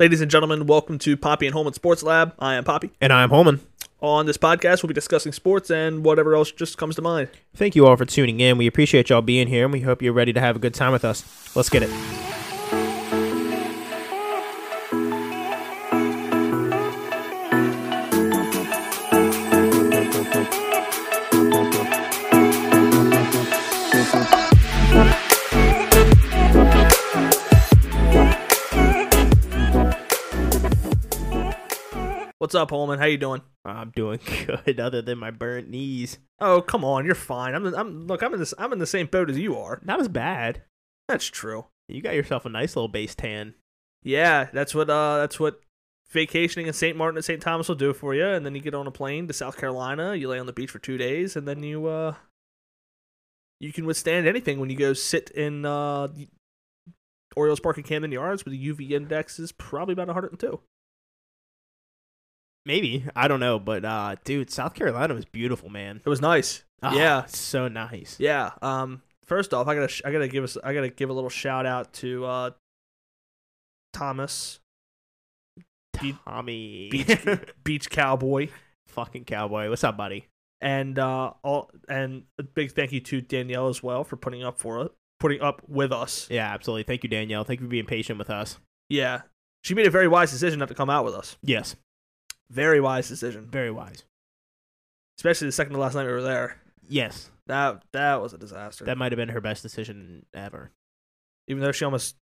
Ladies and gentlemen, welcome to Poppy and Holman Sports Lab. I am Poppy. And I'm Holman. On this podcast, we'll be discussing sports and whatever else just comes to mind. Thank you all for tuning in. We appreciate y'all being here, and we hope you're ready to have a good time with us. Let's get it. What's up, Holman? How you doing? I'm doing good, other than my burnt knees. Oh, come on, you're fine. I'm, I'm look, I'm in this, I'm in the same boat as you are. Not as bad. That's true. You got yourself a nice little base tan. Yeah, that's what, uh, that's what vacationing in St. Martin and St. Thomas will do for you. And then you get on a plane to South Carolina. You lay on the beach for two days, and then you, uh, you can withstand anything when you go sit in uh, the Orioles Park in Camden Yards, where the UV index is probably about 102. Maybe I don't know, but uh, dude, South Carolina was beautiful, man. It was nice. Ah, Yeah. it's so nice. Yeah. Um. First off, I gotta sh- I gotta give us I gotta give a little shout out to uh, Thomas Tommy, Beach Beach Cowboy fucking cowboy. What's up, buddy? and uh all and a big thank you to Danielle as well for putting up for it putting up with us. Yeah, absolutely. Thank you, Danielle. Thank you for being patient with us. Yeah. She made a very wise decision not to come out with us. Yes, Very wise decision, very wise. especially the second to last night we were there. Yes, That that was a disaster. that might have been her best decision ever. Even though she almost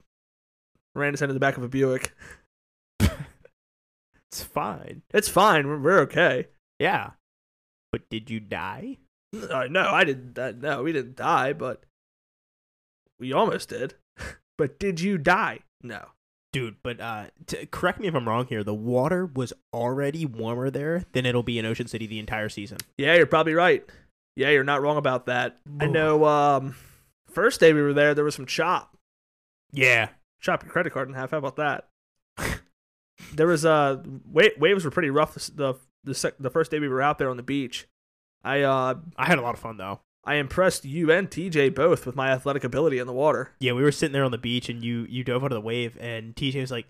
ran us into the back of a Buick, It's fine. it's fine. We're, we're okay. Yeah, but did you die? Uh, no, I didn't. Uh, no, we didn't die, but we almost did. but did you die? No. dude but uh t- correct me if i'm wrong here the water was already warmer there than it'll be in ocean city the entire season Yeah, you're probably right. Yeah, you're not wrong about that. I know. Um, first day we were there, there was some chop. yeah Chop your credit card in half. How about that? there was uh wa- waves were pretty rough the the the, sec- the first day we were out there on the beach. I uh i had a lot of fun though I impressed you and TJ both with my athletic ability in the water. yeah we were sitting there on the beach and you you dove onto the wave and tj was like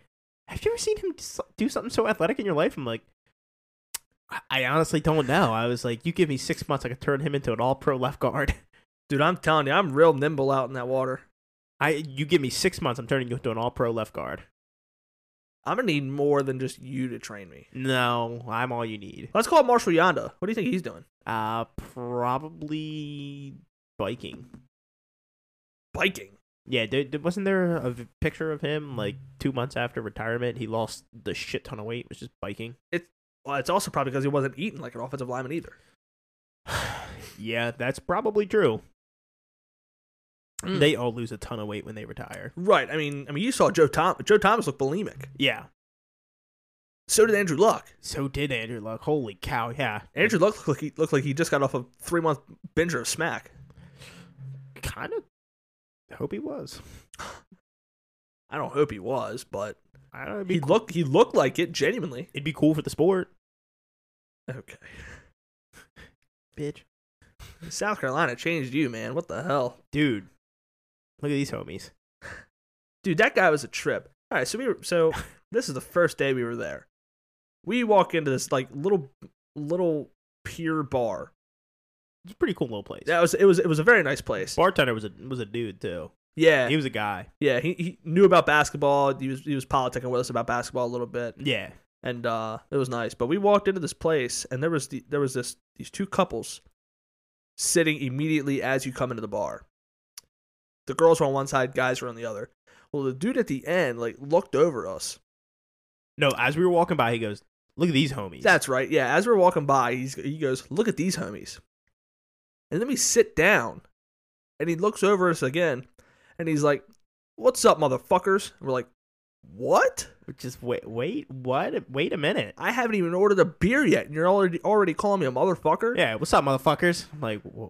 have you ever seen him s- do something so athletic in your life i'm like "I- i honestly don't know i was like you give me six months i could turn him into an all pro left guard Dude, I'm telling you, I'm real nimble out in that water. i you give me six months i'm turning you into an all pro left guard I'm gonna need more than just you to train me. no i'm all you need Let's call Marshall Yanda. What do you think he's doing? uh probably biking Biking. Yeah, there, there- wasn't there a v- picture of him like two months after retirement? He lost the shit ton of weight, was just biking. Well, it's also probably because he wasn't eating like an offensive lineman either. yeah, that's probably true. Mm. They all lose a ton of weight when they retire. Right. I mean, I mean, you saw Joe Tom Joe Thomas look bulimic. Yeah, So did Andrew Luck. so did Andrew Luck. Holy cow! Yeah, Andrew Luck looked like he looked like he just got off a three month binger of smack. kind of hope he was. I don't hope he was, but I don't know. It'd be, he cool. looked he looked like it genuinely. it'd be cool for the sport, Okay. bitch. South Carolina changed you, man. What the hell, Dude, look at these homies. dude? That guy was a trip. All right, so we were so this is the first day we were there. We walk into this like little little pier bar. It's a pretty cool little place. That was it was it was a very nice place. Bartender was a was a dude too. Yeah, He was a guy. yeah. He, he knew about basketball. He was he was politicking with us about basketball a little bit. Yeah. and uh, it was nice. But we walked into this place, and there was the, there was this these two couples sitting immediately as you come into the bar. The girls were on one side, guys were on the other. Well, the dude at the end like looked over us. No, as we were walking by, he goes, "Look at these homies." That's right. Yeah, as we're walking by, he's, he goes, "Look at these homies," and then we sit down, and he looks over us again, and he's like, "What's up, motherfuckers?" And we're like, "What?" Just wait, wait, what? Wait a minute. I haven't even ordered a beer yet, and you're already already calling me a motherfucker. Yeah, what's up, motherfuckers? I'm like, "Wha-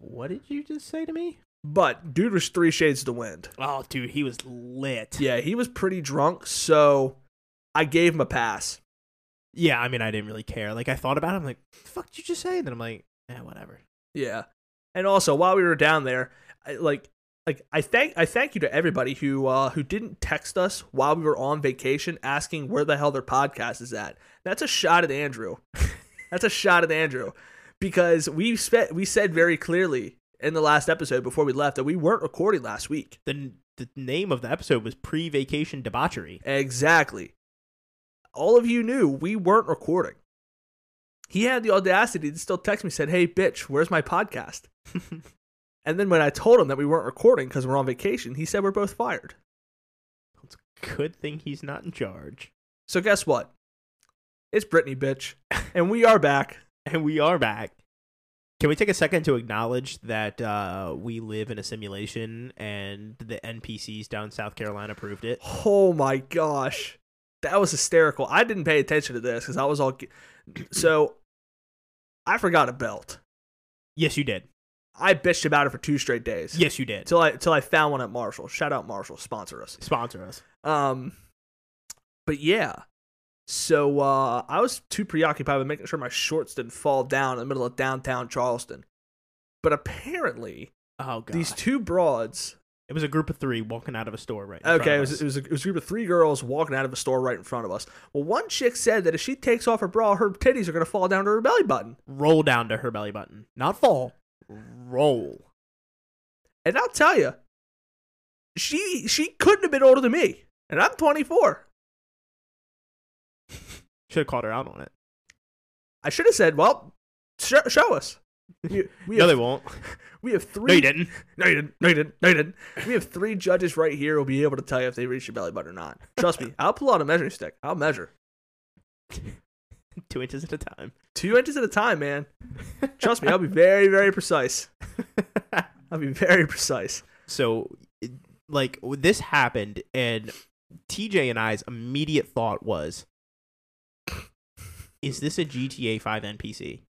what did you just say to me? But dude was three shades to the wind. Oh, dude, he was lit. Yeah, he was pretty drunk, so I gave him a pass. Yeah, I mean, I didn't really care. Like, I thought about it. I'm like, the fuck did you just say? And then I'm like, eh, whatever. Yeah. And also, while we were down there, I, like like I thank I thank you to everybody who uh, who didn't text us while we were on vacation asking where the hell their podcast is at. That's a shot at Andrew. That's a shot at Andrew because we spent we said very clearly in the last episode before we left that we weren't recording last week. The the name of the episode was pre-vacation debauchery. Exactly. All of you knew we weren't recording. He had the audacity to still text me said, "Hey bitch, where's my podcast?" and then when I told him that we weren't recording cuz we're on vacation, he said we're both fired. It's a good thing he's not in charge. So guess what? It's Brittany, bitch, and we are back. And we are back. Can we take a second to acknowledge that uh, we live in a simulation and the NPCs down in South Carolina proved it? Oh my gosh. That was hysterical. I didn't pay attention to this because I was all. ge- So I forgot a belt. Yes, you did. I bitched about it for two straight days. Yes, you did. Till I, till I found one at Marshall. Shout out Marshall. Sponsor us. Sponsor us. Um, but yeah. So uh, I was too preoccupied with making sure my shorts didn't fall down in the middle of downtown Charleston. But apparently, Oh god. these two broads it was a group of three walking out of a store right. in front Okay, it of was, us. it, was a, it was a group of three girls walking out of a store right in front of us. Well, one chick said that if she takes off her bra, her titties are going to fall down to her belly button. roll down to her belly button, not fall. Roll. And I'll tell you, she she couldn't have been older than me, and I'm 24. Should have called her out on it. I should have said, "Well, sh- show us." You- we, no, have, they won't. we have three. No, you didn't. No, you didn't. No, you didn't. No, you didn't. We have three judges right here who'll be able to tell you if they reach your belly button or not. Trust me, I'll pull out a measuring stick. I'll measure Two inches at a time. two inches at a time, man. Trust me, I'll be very, very precise. I'll be very precise. So, it- like, this happened, and TJ and I's immediate thought was, "Is this a GTA Five NPC?"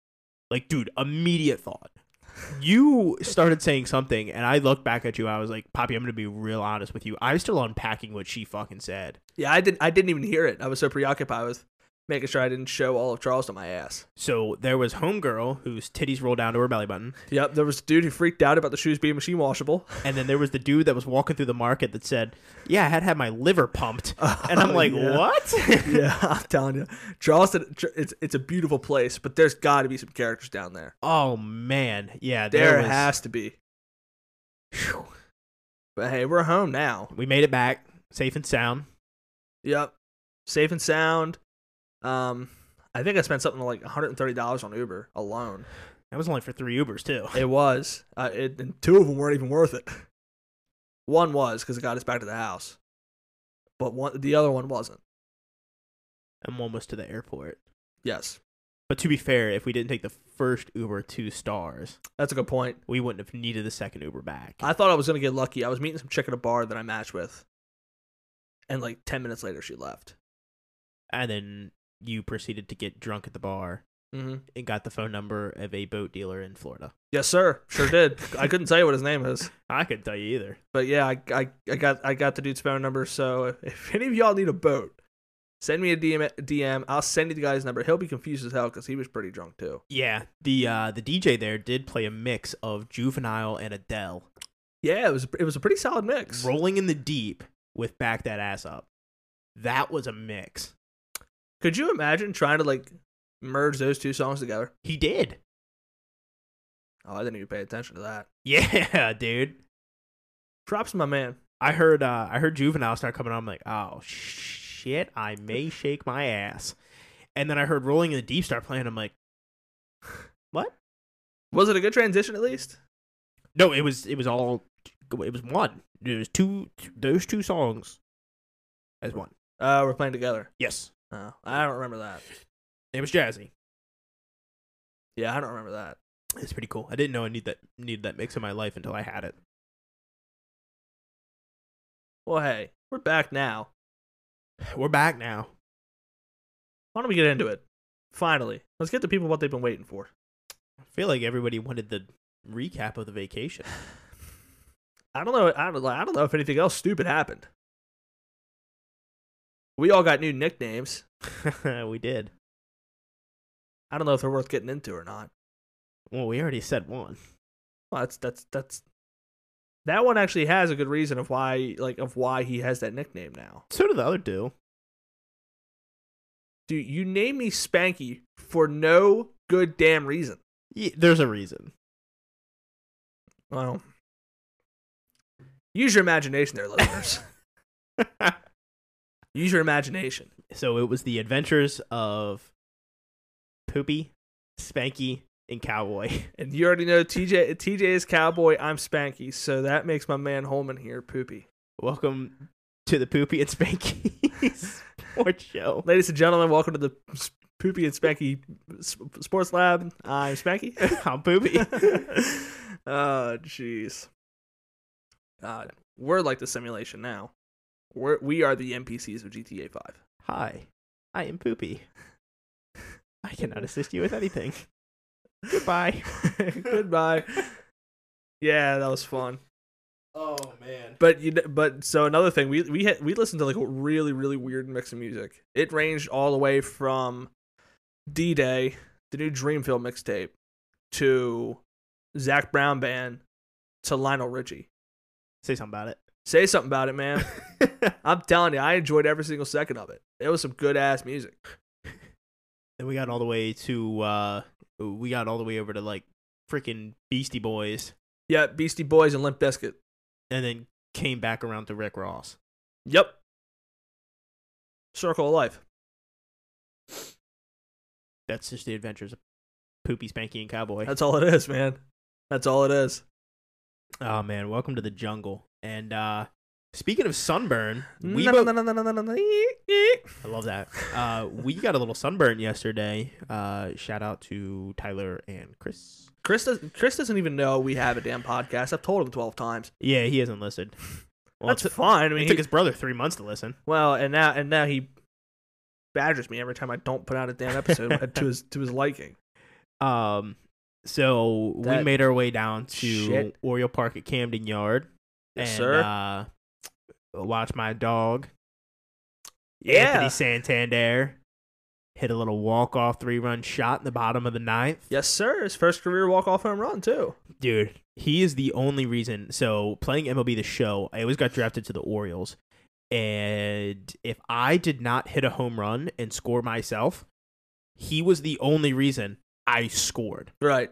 Like, dude, immediate thought. You started saying something, and I looked back at you. I was like, "Poppy, I'm gonna be real honest with you. I'm still unpacking what she fucking said." Yeah, I didn't. I didn't even hear it. I was so preoccupied with making sure I didn't show all of Charleston my ass. So there was homegirl whose titties rolled down to her belly button, Yep, there was a dude who freaked out about the shoes being machine washable. and then there was the dude that was walking through the market that said, "Yeah, I had to have my liver pumped," and I'm like, Oh, Yeah. "What?" yeah, I'm telling you, Charleston. Ch- It's it's a beautiful place, but there's got to be some characters down there. oh man, yeah, There, there, was- has to be. Phew. But hey, we're home now. We made it back safe and sound. Yep, safe and sound. Um, I think I spent something like 130 dollars on Uber alone. That was only for three Ubers too. It was. Uh, it, and two of them weren't even worth it. One was because it got us back to the house, but one the other one wasn't. I'm almost to the airport. Yes, But to be fair, if we didn't take the first Uber two stars, that's a good point. we wouldn't have needed the second Uber back. I thought I was gonna get lucky. I was meeting some chick at a bar that I matched with, and like ten minutes later, she left. and then you proceeded to get drunk at the bar Mm-hmm. and got the phone number of a boat dealer in Florida. Yes, sir. Sure did. I couldn't tell you what his name is, I couldn't tell you either. but yeah, I, I, I got I got the dude's phone number. So if, if any of y'all need a boat, send me a DM. DM. I'll send you the guy's number. He'll be confused as hell because he was pretty drunk too. Yeah, the uh, the DJ there did play a mix of Juvenile and Adele, Yeah, it was it was a pretty solid mix. Rolling in the Deep with Back That Ass Up. That was a mix. Could you imagine trying to like merge those two songs together? He did. Oh, I didn't even pay attention to that. Yeah, dude. Props to my man. I heard uh, I heard Juvenile start coming on. I'm like, oh shit, I may shake my ass. And then I heard Rolling in the Deep start playing. I'm like, Was it a good transition at least? no, it was it was all it was one. It was two those two songs as one. Uh, we're playing together. Yes, Oh, I don't remember that. it was jazzy. Yeah, I don't remember that. It's pretty cool. I didn't know I need that needed that mix in my life until I had it. Well, hey, we're back now. We're back now. Why don't we get into it? Finally, let's get to people what they've been waiting for. I feel like everybody wanted the recap of the vacation. I don't know. I don't. I don't know if anything else stupid happened. We all got new nicknames. we did. I don't know if they're worth getting into or not. Well, we already said one. Well, that's that's that's That one actually has a good reason of why, like, of why he has that nickname now. So did the other do. Dude, you name me Spanky for no good damn reason. Yeah, there's a reason. Well, use your imagination, there, listeners. use your imagination. So it was the adventures of Poopy, Spanky, and Cowboy. And you already know TJ. TJ is cowboy. I'm Spanky, so that makes my man Holman here poopy. Welcome to the Poopy and Spanky Sports Show. Ladies and gentlemen, welcome to the S- Poopy and Spanky S- Sports Lab. I'm Spanky. I'm Poopy. oh, jeez. God, we're like the simulation now. We're we are the NPCs of GTA Five. Hi, I am Poopy. I cannot assist you with anything. Goodbye. Goodbye. yeah, that was fun. Oh man. But you, but so another thing, we we had, we listened to like a really really weird mix of music. It ranged all the way from D Day, the new Dreamville mixtape, to Zach Brown Band, to Lionel Richie. Say something about it. Say something about it, man. I'm telling you, I enjoyed every single second of it. It was some good ass music. Then we got all the way to uh we got all the way over to like freaking Beastie Boys Yeah, Beastie Boys and Limp Bizkit. and then came back around to Rick Ross. Yep. Circle of Life. That's just the adventures of Poopy, Spanky, and Cowboy. That's all it is, man. That's all it is. Oh man, welcome to the jungle. And uh speaking of sunburn, we No, both- no, no, no, no, no, no, no. I love that. Uh we got a little sunburn yesterday. Uh shout out to Tyler and Chris. Chris, does, Chris doesn't even know we have a damn podcast. I've told him 12 times. Yeah, he hasn't listened. Well, That's it, took- fine. I it mean, took he- his brother three months to listen. well, and now and now he badgers me every time I don't put out a damn episode uh, to his to his liking. Um, so we That made our way down to shit. Oriole Park at Camden Yard. Yes, and, sir. Uh, watch my dog, yeah. Anthony Santander, hit a little walk off three run shot in the bottom of the ninth. Yes, sir. His first career walk off home run too. Dude, he is the only reason. So playing MLB the show, I always got drafted to the Orioles. And if I did not hit a home run and score myself, he was the only reason I scored. Right.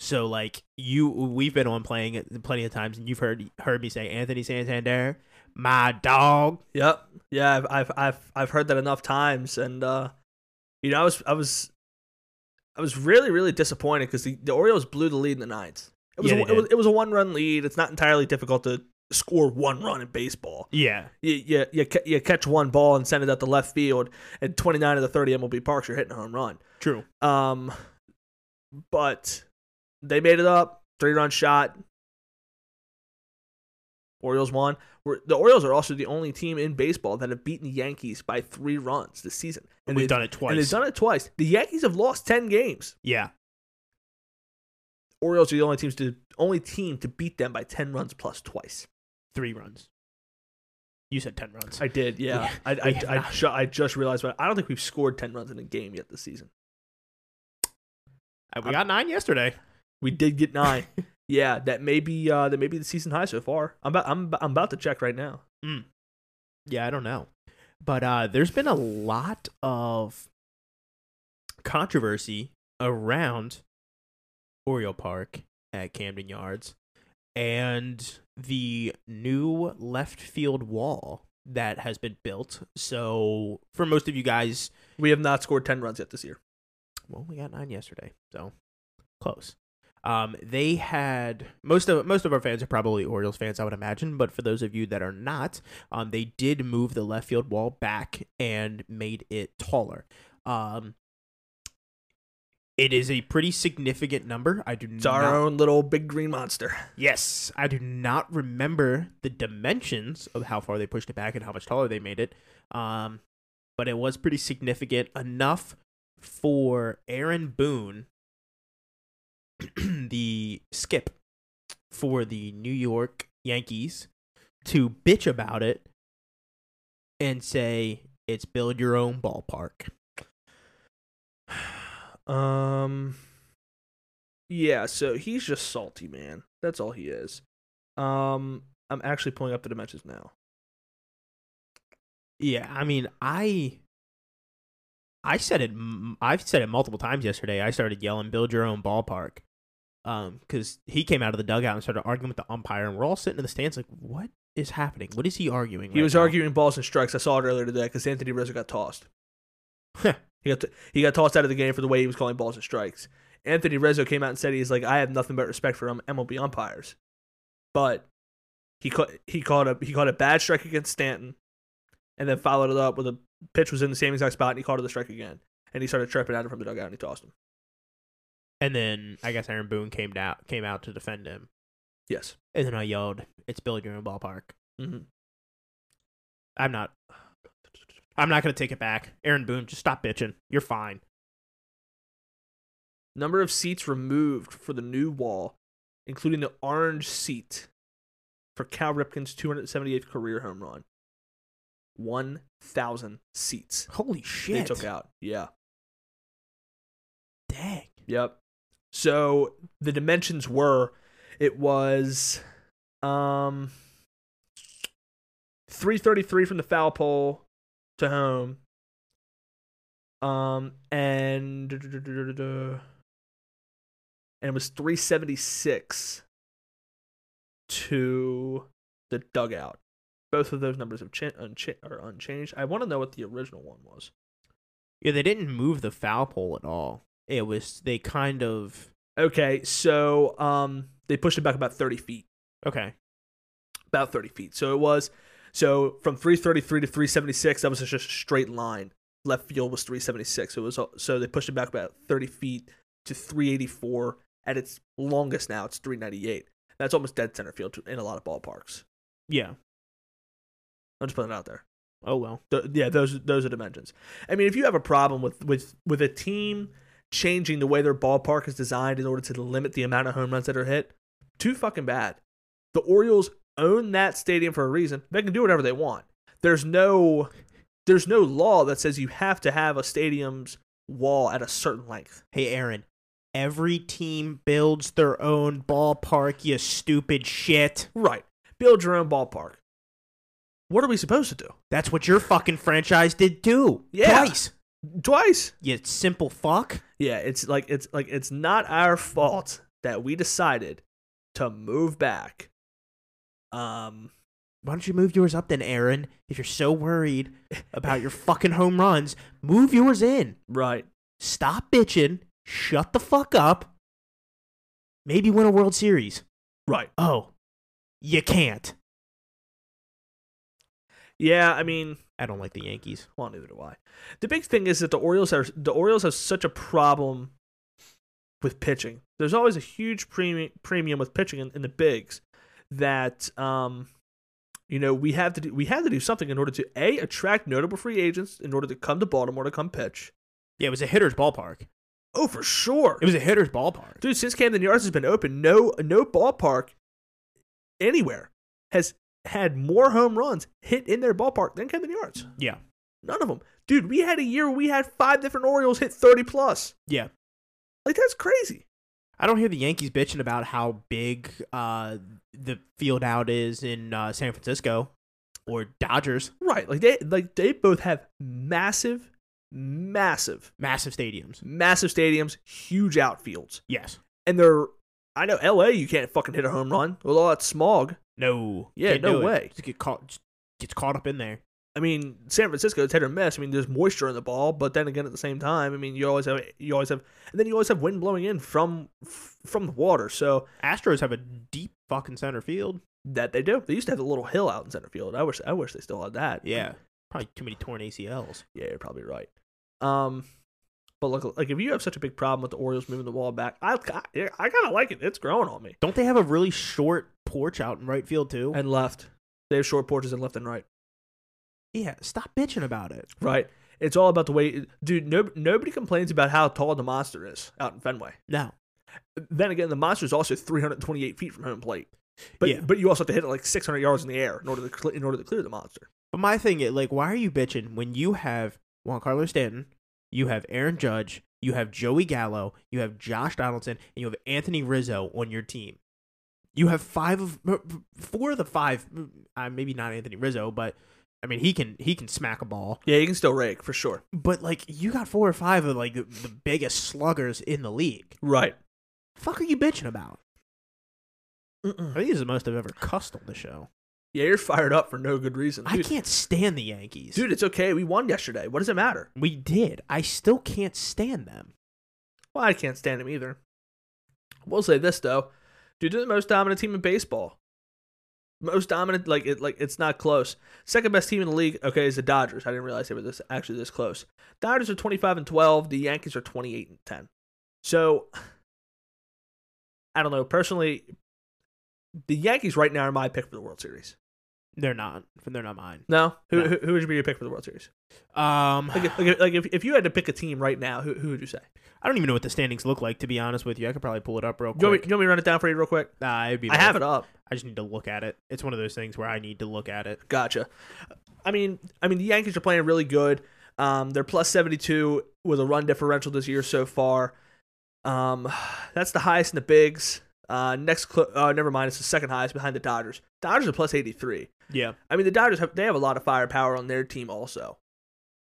So like you, we've been on playing it plenty of times, and you've heard heard me say Anthony Santander, my dog. Yep. Yeah. I've I've I've, I've heard that enough times, and uh, you know, I was I was I was really really disappointed because the, the Orioles blew the lead in the ninth. It was, Yeah, a, they it was it was a one run lead. It's not entirely difficult to score one run in baseball. Yeah, you, you, you, ca- you catch one ball and send it out to left field, and 29 of the 30 MLB parks, you're hitting a home run. true. Um, but they made it up. Three run shot. Orioles won. We're, the Orioles are also the only team in baseball that have beaten the Yankees by three runs this season. And we've they've- done it twice. And they've done it twice. The Yankees have lost 10 games. yeah, Orioles are the only, teams to, only team to beat them by 10 runs plus twice. three runs. You said ten runs. I did, yeah. Yeah, I, we I, have I, not. ju- I just realized, but I don't think we've scored 10 runs in a game yet this season. Uh, we got nine yesterday. We did get nine. yeah, that may be uh, that may be the season high so far. I'm about I'm, I'm about to check right now. Yeah, I don't know, but uh, there's been a lot of controversy around Oriole Park at Camden Yards and the new left field wall that has been built. So for most of you guys, We have not scored 10 runs yet this year. well, we got nine yesterday, so close. Um, they had most of most of our fans are probably Orioles fans, I would imagine. But for those of you that are not, um, they did move the left field wall back and made it taller. Um, it is a pretty significant number. I do It's our not own little big green monster. Yes, I do not remember the dimensions of how far they pushed it back and how much taller they made it. Um, but it was pretty significant enough for Aaron Boone, the skip for the New York Yankees, to bitch about it and say it's build your own ballpark. Um, yeah. So he's just salty, man. That's all he is. Um, I'm actually pulling up the dimensions now. Yeah, I mean, I I said it m- I've said it multiple times yesterday. I started yelling build your own ballpark. Um cuz he came out of the dugout and started arguing with the umpire and we're all sitting in the stands like what is happening? What is he arguing? He right was now?" arguing balls and strikes. I saw it earlier today because Anthony Rizzo got tossed. Huh. He got he got tossed out of the game for the way he was calling balls and strikes. Anthony Rizzo came out and said he's like I have nothing but respect for um, MLB umpires, but he caught he caught a he caught a bad strike against Stanton, and then followed it up with a pitch was in the same exact spot and he caught it a strike again, and he started tripping at him from the dugout and he tossed him. And then I guess Aaron Boone came out came out to defend him. Yes. And then I yelled, "It's build your own ballpark." Mm-hmm. I'm not I'm not going to take it back. Aaron Boone, just stop bitching. You're fine. Number of seats removed for the new wall, including the orange seat for Cal Ripken's 278th career home run. 1,000 seats Holy shit. they took out. Yeah. Dang. Yep. So the dimensions were it was um 333 from the foul pole to home. Um and and it was 376 to the dugout. Both of those numbers have cha- uncha- are unchanged. I want to know what the original one was. Yeah, they didn't move the foul pole at all. It was they kind of Okay, so um they pushed it back about 30 feet. okay. about 30 feet. So it was, so from 333 to 376, that was just a straight line. Left field was 376. It was so they pushed it back about 30 feet to 384. At its longest now, it's 398. That's almost dead center field in a lot of ballparks. Yeah. I'm just putting it out there. Oh well. Th- yeah, those those are dimensions. I mean, if you have a problem with with with a team changing the way their ballpark is designed in order to limit the amount of home runs that are hit, too fucking bad. The Orioles own that stadium for a reason. They can do whatever they want. There's no there's no law that says you have to have a stadium's wall at a certain length. Hey Aaron, every team builds their own ballpark, you stupid shit. Right. Build your own ballpark. What are we supposed to do? That's what your fucking franchise did too. Yeah. Twice. Twice. You simple fuck. Yeah, it's like it's like it's not our fault that we decided to move back. Um Why don't you move yours up then, Aaron? If you're so worried about your fucking home runs, move yours in. right. Stop bitching. Shut the fuck up. Maybe win a World Series. Right. Oh, you can't. Yeah, I mean, I don't like the Yankees. well neither do I. The big thing is that the Orioles are the Orioles have such a problem with pitching. There's always a huge premium premium with pitching in, in the bigs that um you know, we have to do, we have to do something in order to a attract notable free agents in order to come to Baltimore to come pitch. Yeah, it was a hitter's ballpark. Oh, for sure. It was a hitter's ballpark. dude since camden yards has been open no no ballpark anywhere has had more home runs hit in their ballpark than camden yards Yeah, none of them dude we had a year we had five different orioles hit 30 plus yeah. like that's crazy I don't hear the Yankees bitching about how big uh, the field out is in uh, San Francisco or Dodgers. right like they like they both have massive massive Massive stadiums. massive stadiums huge outfields Yes. and they're i know la you can't fucking hit a home run with all that smog No. Yeah, Can't no do it. way. Just get caught. Just gets caught up in there. I mean, San Francisco, it's hit or miss. I mean, there's moisture in the ball, but then again, at the same time, I mean, you always have, you always have, and then you always have wind blowing in from from the water. So Astros have a deep fucking center field. that they do. They used to have a little hill out in center field. I wish, I wish they still had that. Yeah. Probably too many torn ACLs. yeah, you're probably right. Um, but look, like if you have such a big problem with the Orioles moving the wall back, I, I, yeah, I kind of like it. It's growing on me. Don't they have a really short porch out in right field too? And left, they have short porches and left and right. yeah, stop bitching about it. Right. It's all about the way, dude. No, nobody complains about how tall the monster is out in Fenway. No. then again, the monster is also 328 feet from home plate. But Yeah. but you also have to hit it like 600 yards in the air in order to cl- in order to clear the monster. But my thing is like why are you bitching when you have Juan Carlos Stanton, you have Aaron Judge, you have Joey Gallo, you have Josh Donaldson, and you have Anthony Rizzo on your team. You have five of four of the five. Uh, maybe not Anthony Rizzo, but I mean he can he can smack a ball. Yeah, you can still rake for sure. But like you got four or five of like the, the biggest sluggers in the league. Right. Fuck are you bitching about? I Mm-mm. think this is the most I've ever cussed on the show. Yeah, you're fired up for no good reason. I Dude, can't stand the Yankees. dude, it's okay. We won yesterday. What does it matter? We did. I still can't stand them. Well, I can't stand him either. We'll say this though, dude, they're the most dominant team in baseball. Most dominant, like it, like it's not close. Second best team in the league, okay, is the Dodgers. I didn't realize they were this actually this close. Dodgers are twenty five and twelve. The Yankees are twenty eight and ten. So, I don't know personally. The Yankees right now are my pick for the World Series. They're not. They're not mine. No, who No. Who, who would you be your pick for the World Series? Um, Like, if, like, if- like if, if you had to pick a team right now, who who would you say? I don't even know what the standings look like. To be honest with you, I could probably pull it up real You want, me, quick. you want me to run it down for you real quick? Nah, it'd be I have it up. I just need to look at it. It's one of those things where I need to look at it. Gotcha. I mean, I mean, the Yankees are playing really good. Um, they're plus seventy two with a run differential this year so far. Um, that's the highest in the bigs. Uh, next, cl- uh, never mind, it's the second highest behind the Dodgers. Dodgers are plus eighty three. Yeah, I mean, the Dodgers have they have a lot of firepower on their team also.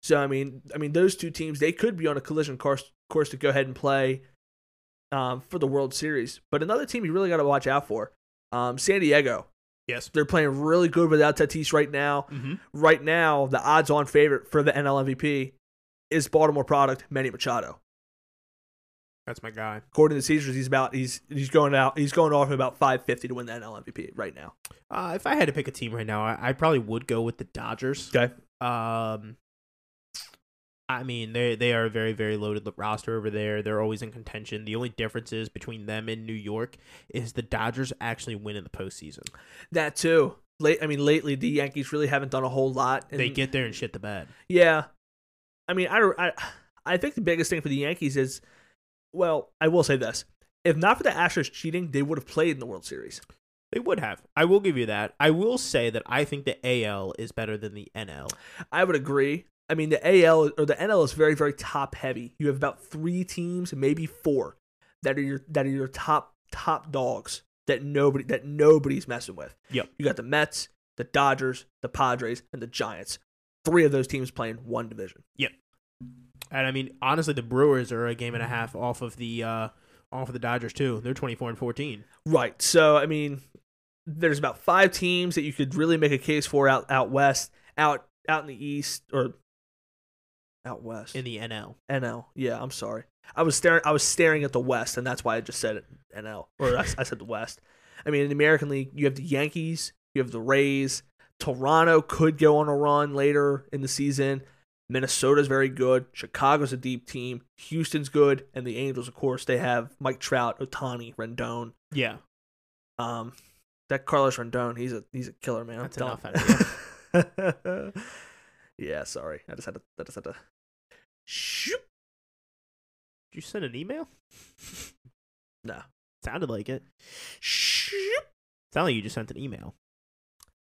So I mean, I mean those two teams they could be on a collision course course to go ahead and play um, for the World Series. But another team you really got to watch out for, um, San Diego. Yes. they're playing really good without Tatis right now. mm-hmm. Right now, the odds-on favorite for the NL MVP is Baltimore product Manny Machado. that's my guy. According to Caesars, he's about he's he's going out he's going off about five fifty to win the NL MVP right now. Uh, if I had to pick a team right now, I, I probably would go with the Dodgers. Okay. Um, I mean they they are a very very loaded roster over there. They're always in contention. The only difference is between them and New York is the Dodgers actually win in the postseason. That too. Late, I mean, lately the Yankees really haven't done a whole lot. and- they get there and shit the bed. Yeah, I mean, I, I, I think the biggest thing for the Yankees is, well, I will say this: if not for the Astros cheating, they would have played in the World Series. They would have. I will give you that. I will say that I think the AL is better than the NL. I would agree. I mean, the AL or the NL is very, very top heavy. You have about three teams, maybe four, that are your that are your top top dogs that nobody that nobody's messing with. Yep. You got the Mets, the Dodgers, the Padres, and the Giants. Three of those teams playing one division. And I mean, honestly, the Brewers are a game and a half off of the uh, off of the Dodgers too. They're twenty four and fourteen. Right. So I mean, there's about five teams that you could really make a case for out out west, out out in the east, or out west in the NL. NL. Yeah, I'm sorry. I was staring. I was staring at the west, and that's why I just said it NL, or I, I said the west. I mean, in the American League, you have the Yankees, you have the Rays. Toronto could go on a run later in the season. Minnesota's very good. Chicago's a deep team. Houston's good, and the Angels, of course, they have Mike Trout, Otani, Rendon. Yeah, Um, that Carlos Rendon, he's a he's a killer man. I'm That's telling- yeah, sorry, I just had to. I just had to. Shoot. did you send an email? No. sounded like it. Shoot. Sounded like you just sent an email.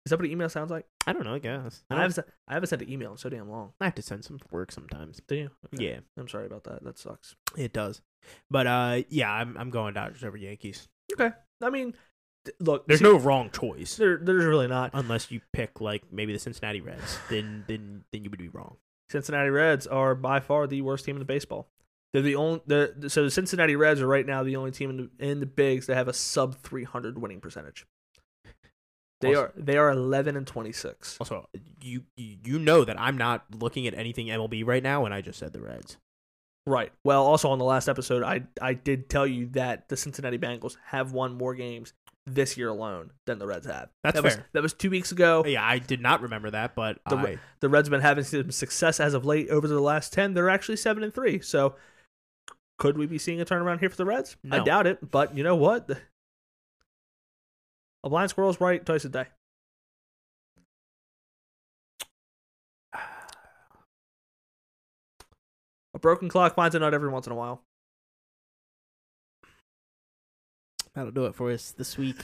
Is that what an email sounds like? I don't know. I guess I, I don't- haven't, sent- I haven't sent an email in so damn long. I have to send some work sometimes. Do you? Okay. Yeah, I'm sorry about that. That sucks. it does. But uh, yeah, I'm I'm going Dodgers over Yankees. I mean, th- look, There's see, no wrong choice there, there's really not. unless you pick like maybe the Cincinnati Reds. Then then then you would be wrong. Cincinnati Reds are by far the worst team in the baseball. They're the only. They're, so the Cincinnati Reds are right now the only team in the, in the bigs that have a sub 300 winning percentage. They Awesome. are they are 11 and 26. Also, you you know that I'm not looking at anything MLB right now, and I just said the Reds. Right. Well, also on the last episode, I I did tell you that the Cincinnati Bengals have won more games this year alone than the Reds have. That's that was- fair. that was two weeks ago. Oh, Yeah, I did not remember that, but The I, Re- The Reds have been having some success as of late over the last ten. They're actually seven and three. So could we be seeing a turnaround here for the Reds? I No. doubt it. But you know what? A blind squirrel's right twice a day. A broken clock finds a nut every once in a while. that'll do it for us this week.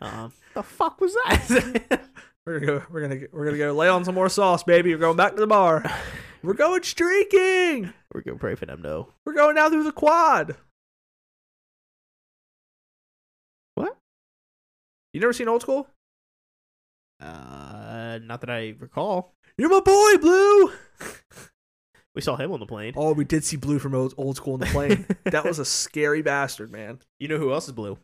Um, the fuck was that? We're gonna go. We're gonna go- we're gonna go lay on some more sauce, baby. We're going back to the bar. We're going streaking. We're gonna pray for them though. We're going down through the quad. What? You never seen Old School? Uh, not that I recall. You're my boy, Blue. We saw him on the plane. Oh, we did see Blue from Old, old School in the plane. that was a scary bastard, man. You know who else is blue?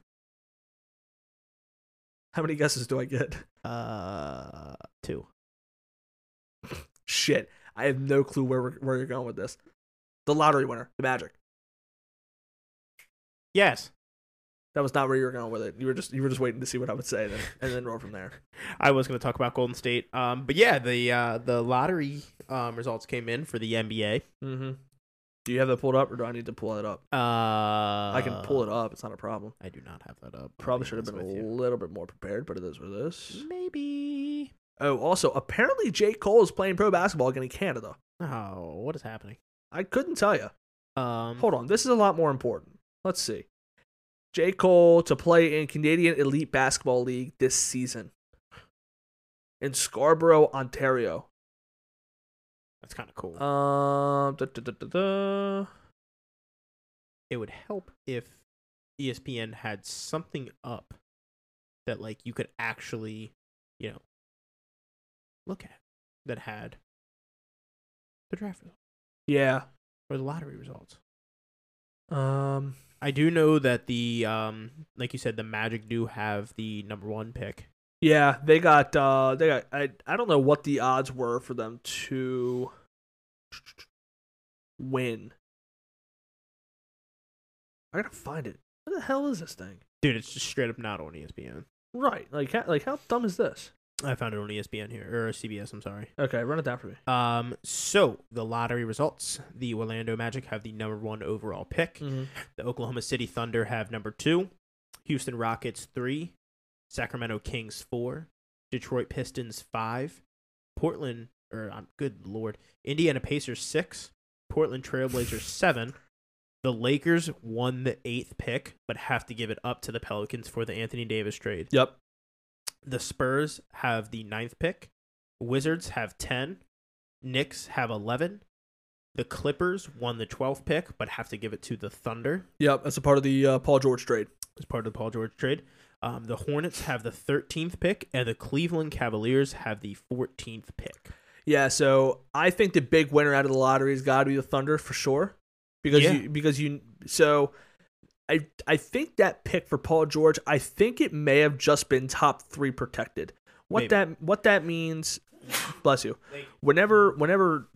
How many guesses do I get? Uh, two. Shit, I have no clue where we're, where you're going with this. The lottery winner, the Magic. Yes, That was not where you were going with it. You were just you were just waiting to see what I would say, then, and then roll from there. I was going to talk about Golden State. Um, but yeah, the uh the lottery um results came in for the NBA. Mm-hmm. Do you have that pulled up, or do I need to pull it up? Uh, I I can pull it up. It's not a problem. I do not have that up. Probably should have been a old. little bit more prepared, but it is what it is. Maybe. Oh, also, apparently J. Cole is playing pro basketball again in Canada. Oh, what is happening? I couldn't tell you. Um, Hold on, this is a lot more important. Let's see. J. Cole to play in Canadian Elite Basketball League this season in Scarborough, Ontario. that's kind of cool. Um, da, da, da, da, da. it would help if E ESPN had something up that like you could actually, you know, look at that had the draft results yeah. or the lottery results. Um, I do know that the um like you said the Magic do have the number 1 pick. yeah, they got uh, they got. I I don't know what the odds were for them to win. I gotta find it. What the hell is this thing? Dude, it's just straight up not on E ESPN. Right, like how, like how dumb is this? I found it on E ESPN here or CBS, I'm sorry. Okay, run it down for me. Um so the lottery results, the Orlando Magic have the number 1 overall pick. The Oklahoma City Thunder have number two, Houston Rockets three, Sacramento Kings four, Detroit Pistons five, Portland or um, good lord, Indiana Pacers six, Portland Trailblazers seven. The Lakers won the eighth pick, but have to give it up to the Pelicans for the Anthony Davis trade. Yep. The Spurs have the ninth pick. Wizards have 10. Knicks have 11. The Clippers won the 12th pick, but have to give it to the Thunder. Yep, that's a part of the uh, Paul George trade. as part of the Paul George trade. Um, the Hornets have the 13th pick, and the Cleveland Cavaliers have the 14th pick. Yeah, so I think the big winner out of the lottery has got to be the Thunder for sure, because Yeah. you because you so I I think that pick for Paul George, I think it may have just been top three protected. What Maybe. that what that means, bless you. Whenever whenever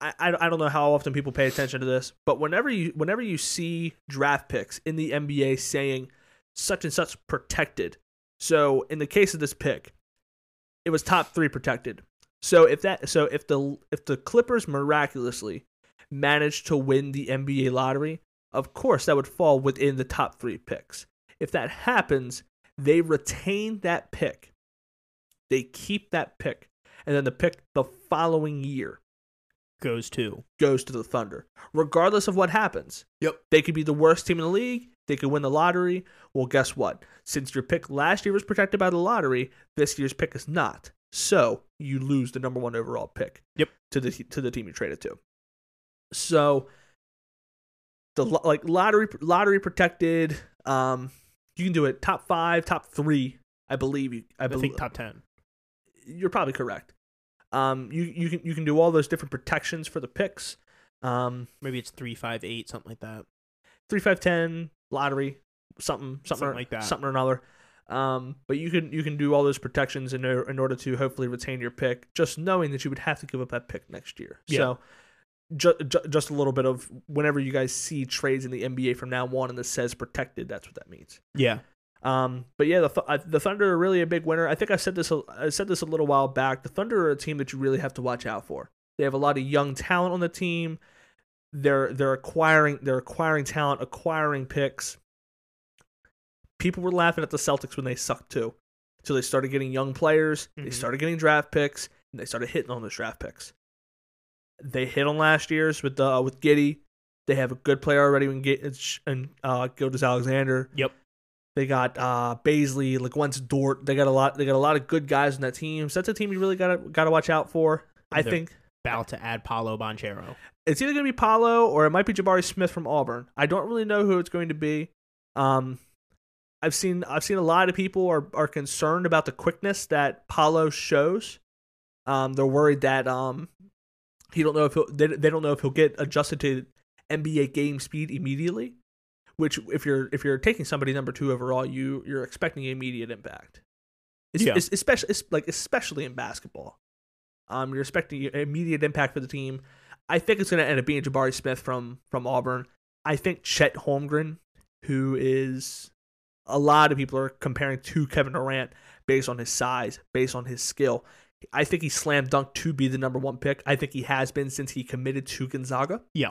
I, I I don't know how often people pay attention to this, but whenever you whenever you see draft picks in the NBA saying such and such protected, so in the case of this pick, it was top three protected. So if that so if the if the Clippers miraculously managed to win the NBA lottery, of course that would fall within the top three picks. If that happens, they retain that pick. They keep that pick. And then the pick the following year Goes to. goes to the Thunder, regardless of what happens. Yep. They could be the worst team in the league. They could win the lottery. Well, guess what? Since your pick last year was protected by the lottery, this year's pick is not. So you lose the number one overall pick. Yep. To the to the team you traded to. So the lo- like lottery lottery protected. Um, you can do it top five, top three. I believe you. I, I believe think top 10. you're probably correct. Um, you you can you can do all those different protections for the picks. Um, Maybe it's three, five, eight, something like that. three five ten lottery something something, Something or- like that. something or another um but you can you can do all those protections in, or- in order to hopefully retain your pick just knowing that you would have to give up that pick next year Yeah. so ju- ju- just a little bit of whenever you guys see trades in the nba from now on and this says protected that's what that means Yeah. um, but yeah, the Th- I- the Thunder are really a big winner. I think I said this a- I said this a little while back. The Thunder are a team that you really have to watch out for. They have a lot of young talent on the team. They're they're acquiring they're acquiring talent, acquiring picks. People were laughing at the Celtics when they sucked too, so they started getting young players. They Mhm. started getting draft picks, and they started hitting on those draft picks. They hit on last year's with the uh, with Giddy. They have a good player already when Giddy and uh, Gildas Alexander. They got uh Baisley, Leguence Dort. They got a lot they got a lot of good guys on that team. So that's a team you really gotta gotta watch out for. I They're- think About to add Paolo Banchero. it's either gonna be Paolo or it might be Jabari Smith from Auburn. I don't really know who it's going to be. Um I've seen I've seen a lot of people are are concerned about the quickness that Paulo shows. Um, they're worried that um, he don't know if he'll, they they don't know if he'll get adjusted to NBA game speed immediately. Which if you're if you're taking somebody number two overall, you you're expecting immediate impact. It's, Yeah. it's especially it's like especially in basketball, um, you're expecting immediate impact for the team. I think it's going to end up being Jabari Smith from from Auburn. I think Chet Holmgren, who is a lot of people are comparing to Kevin Durant based on his size, based on his skill. I think he slam dunked to be the number one pick. I think he has been since he committed to Gonzaga. Yeah.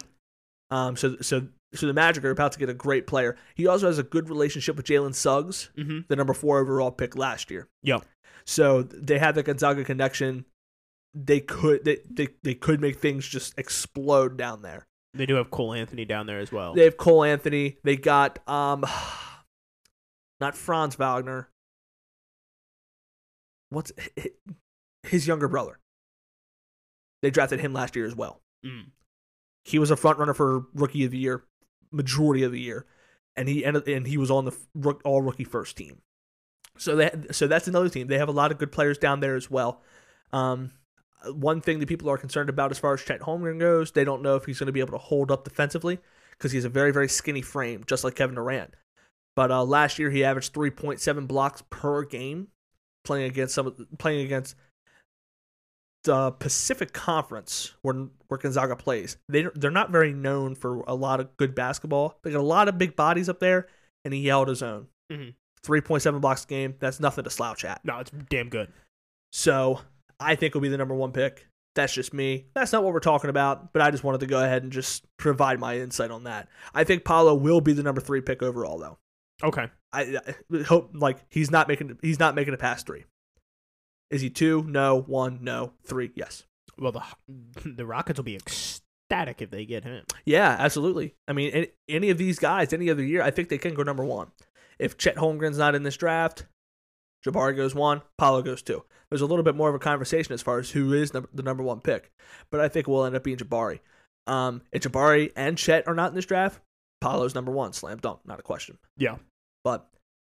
Um. So so so the Magic are about to get a great player. He also has a good relationship with Jalen Suggs, Mm-hmm. the number four overall pick last year. Yeah. So they have the Gonzaga connection. They could they, they, they could make things just explode down there. They do have Cole Anthony down there as well. They have Cole Anthony. They got um, not Franz Wagner. What's hi- his younger brother? They drafted him last year as well. Mm. He was a front runner for rookie of the year, majority of the year, and he ended and he was on the rook, all rookie first team. So that so that's another team. They have a lot of good players down there as well. Um, one thing that people are concerned about as far as Chet Holmgren goes, they don't know if he's going to be able to hold up defensively because he's a very very skinny frame, just like Kevin Durant. But uh, last year he averaged 3.7 blocks per game, playing against some of- playing against the Pacific Conference where where Gonzaga plays. They don't- they're not very known for a lot of good basketball. They got a lot of big bodies up there, and he held his own. Mhm. 3.7 blocks a game. That's nothing to slouch at. No, it's damn good. So I think will be the number one pick. That's just me. That's not what we're talking about, but I just wanted to go ahead and just provide my insight on that. I think Paolo will be the number three pick overall, though. Okay. I, I hope like he's not making he's not making it past three. Is he two? No. One? No. Three? Yes. Well, the the Rockets will be ecstatic if they get him. Yeah, absolutely. I mean, any, any of these guys, any other year, I think they can go number one. If Chet Holmgren's not in this draft, Jabari goes one, Paolo goes two. There's a little bit more of a conversation as far as who is num- the number one pick, but I think we'll end up being Jabari. Um, if Jabari and Chet are not in this draft, Paolo's number one, slam dunk, not a question. Yeah. but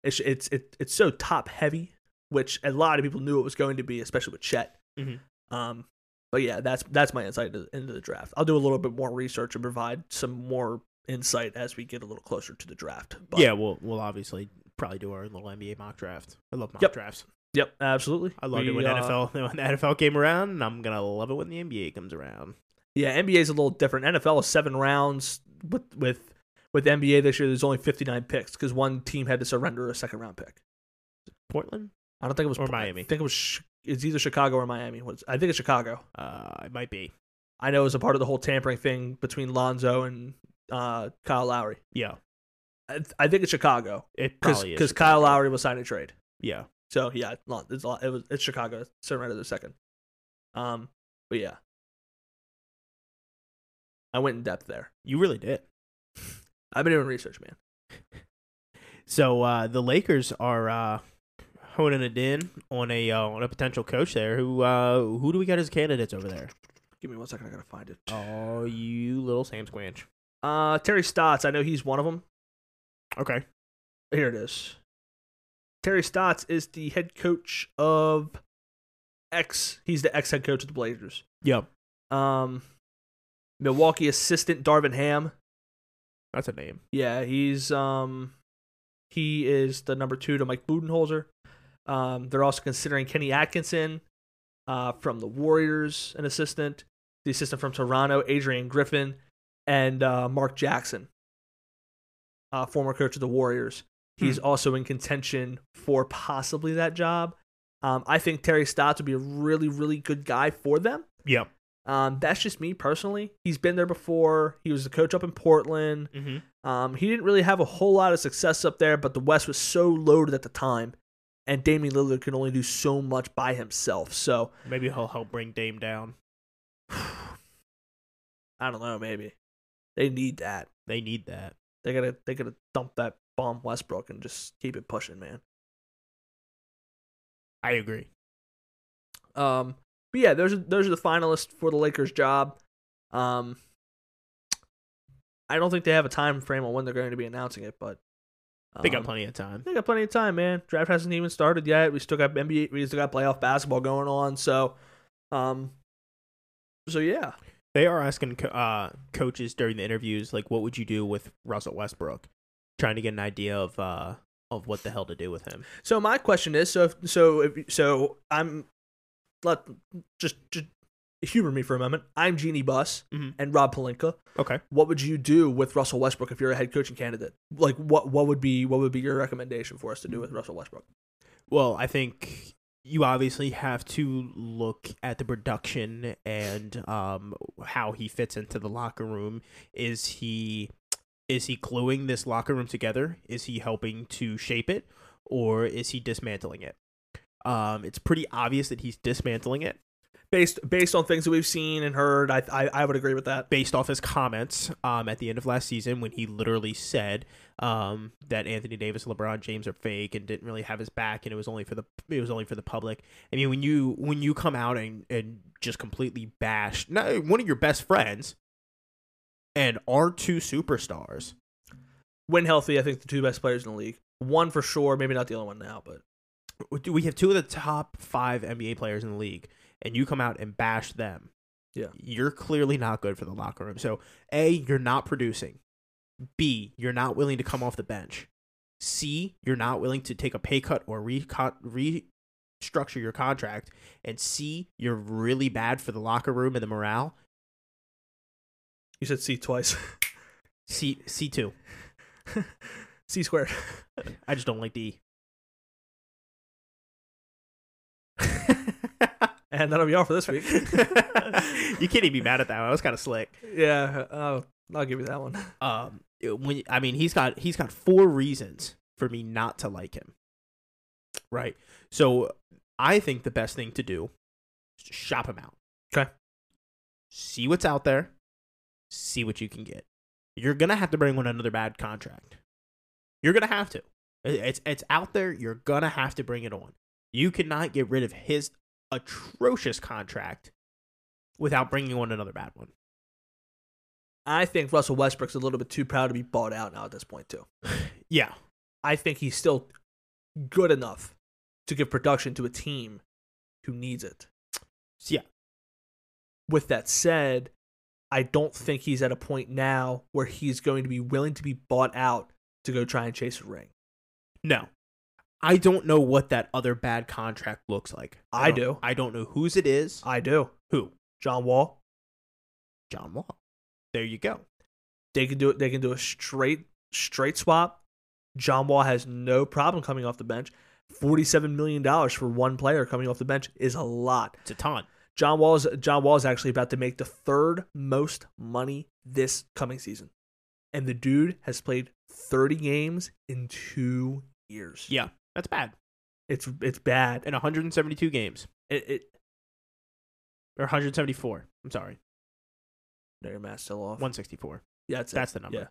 it's it's it, it's so top heavy, which a lot of people knew it was going to be, especially with Chet. Mhm. Um, but yeah, that's that's my insight into, into the draft. I'll do a little bit more research and provide some more insight as we get a little closer to the draft. But, yeah, we'll we'll obviously probably do our own little NBA mock draft. I love mock Yep. drafts. Yep. Absolutely. I loved We, it when uh, NFL when the NFL came around, and I'm gonna love it when the NBA comes around. Yeah, NBA is a little different. NFL is seven rounds with with with NBA this year. There's only 59 picks because one team had to surrender a second round pick. Portland, I don't think it was Or Miami. I think it was Chi- it's either Chicago or Miami. Was I think it's Chicago. uh, it might be. I know it was a part of the whole tampering thing between Lonzo and uh, Kyle Lowry. Yeah, I, th- I think it's Chicago it probably is because Kyle Chicago. Lowry was signed a trade. Yeah, So yeah, Lon- it's Lon- it was it's Chicago. Surrender the second. Um, but yeah, I went in depth there. you really did. I've been doing research, man. So uh, the Lakers are uh, honing it in on a uh, on a potential coach there. Who uh, who do we got as candidates over there? Give me one second. I gotta find it. Oh, you little Sam Squanch. Uh, Terry Stotts. I know he's one of them. Okay. Here it is. Terry Stotts is the head coach of X. He's the ex head coach of the Blazers. Yep. Um, Milwaukee assistant Darvin Ham. That's a name. Yeah, he's um, he is the number two to Mike Budenholzer. Um, they're also considering Kenny Atkinson, uh, from the Warriors, an assistant, the assistant from Toronto, Adrian Griffin, and uh, Mark Jackson, uh, former coach of the Warriors. He's also in contention for possibly that job. Um, I think Terry Stotts would be a really, really good guy for them. Yep. Um, that's just me personally. He's been there before. He was the coach up in Portland. Mm-hmm. Um, he didn't really have a whole lot of success up there, but the West was so loaded at the time, and Damian Lillard could only do so much by himself. So Maybe he'll help bring Dame down. I don't know. Maybe they need that. They need that. They gotta they gotta dump that bomb Westbrook and just keep it pushing, man. I agree. Um, but yeah, those are those are the finalists for the Lakers job. Um, I don't think they have a time frame on when they're going to be announcing it, but They got Um, plenty of time. They got plenty of time, man. Draft hasn't even started yet. We still got NBA. We still got playoff basketball going on. So, um, so yeah, They are asking co- uh, coaches during the interviews, like, what would you do with Russell Westbrook? Trying to get an idea of uh, of what the hell to do with him. So my question is, so if, so if, so I'm let just just humor me for a moment. I'm Jeannie Buss Mhm. and Rob Palinka. Okay. What would you do with Russell Westbrook if you're a head coaching candidate? Like what what would be what would be your recommendation for us to do with Russell Westbrook? Well, I think you obviously have to look at the production and um, how he fits into the locker room. Is he is he gluing this locker room together? Is he helping to shape it, or is he dismantling it? Um, it's pretty obvious that he's dismantling it Based based on things that we've seen and heard, I I, I would agree with that. based off his comments um, at the end of last season when he literally said um, that Anthony Davis and LeBron James are fake and didn't really have his back and it was only for the it was only for the public. I mean when you when you come out and, and just completely bash not, one of your best friends and our two superstars. When healthy, I think the two best players in the league. One for sure, maybe not the other one now, but Do we have two of the top 5 NBA players in the league and you come out and bash them? Yeah. You're clearly not good for the locker room. So, A, you're not producing. B, you're not willing to come off the bench. C, you're not willing to take a pay cut or recut restructure your contract. And C, you're really bad for the locker room and the morale. you said C twice. C C two. C squared. I just don't like D. And that'll be all for this week. you can't even be mad at that one. That was kind of slick. Yeah, uh, I'll give you that one. um it- when I mean he's got he's got four reasons for me not to like him. Right. So I think the best thing to do is to shop him out. Okay. See what's out there. See what you can get. You're going to have to bring on another bad contract. You're going to have to. It- It's it's out there. You're going to have to bring it on. You cannot get rid of his atrocious contract without bringing on another bad one. I think Russell Westbrook's a little bit too proud to be bought out now at this point too. Yeah. I think he's still good enough to give production to a team who needs it. Yeah. With that said, I don't think he's at a point now where he's going to be willing to be bought out to go try and chase a ring. No. I don't know what that other bad contract looks like. I don't- do. I Uh, don't know whose it is. I do. Who? John Wall, John Wall. There you go. they can do it. They can do a straight straight swap. John Wall has no problem coming off the bench. Forty-seven million dollars for one player coming off the bench is a lot. It's a ton. John Wall's John Wall's actually about to make the third most money this coming season. And the dude has played 30 games in 2 years. Yeah. That's bad. It's it's bad. In 172 games. It, it Or 174. I'm sorry. no, your math's Oh, still off. 164. yeah, it's That's the number. Yeah.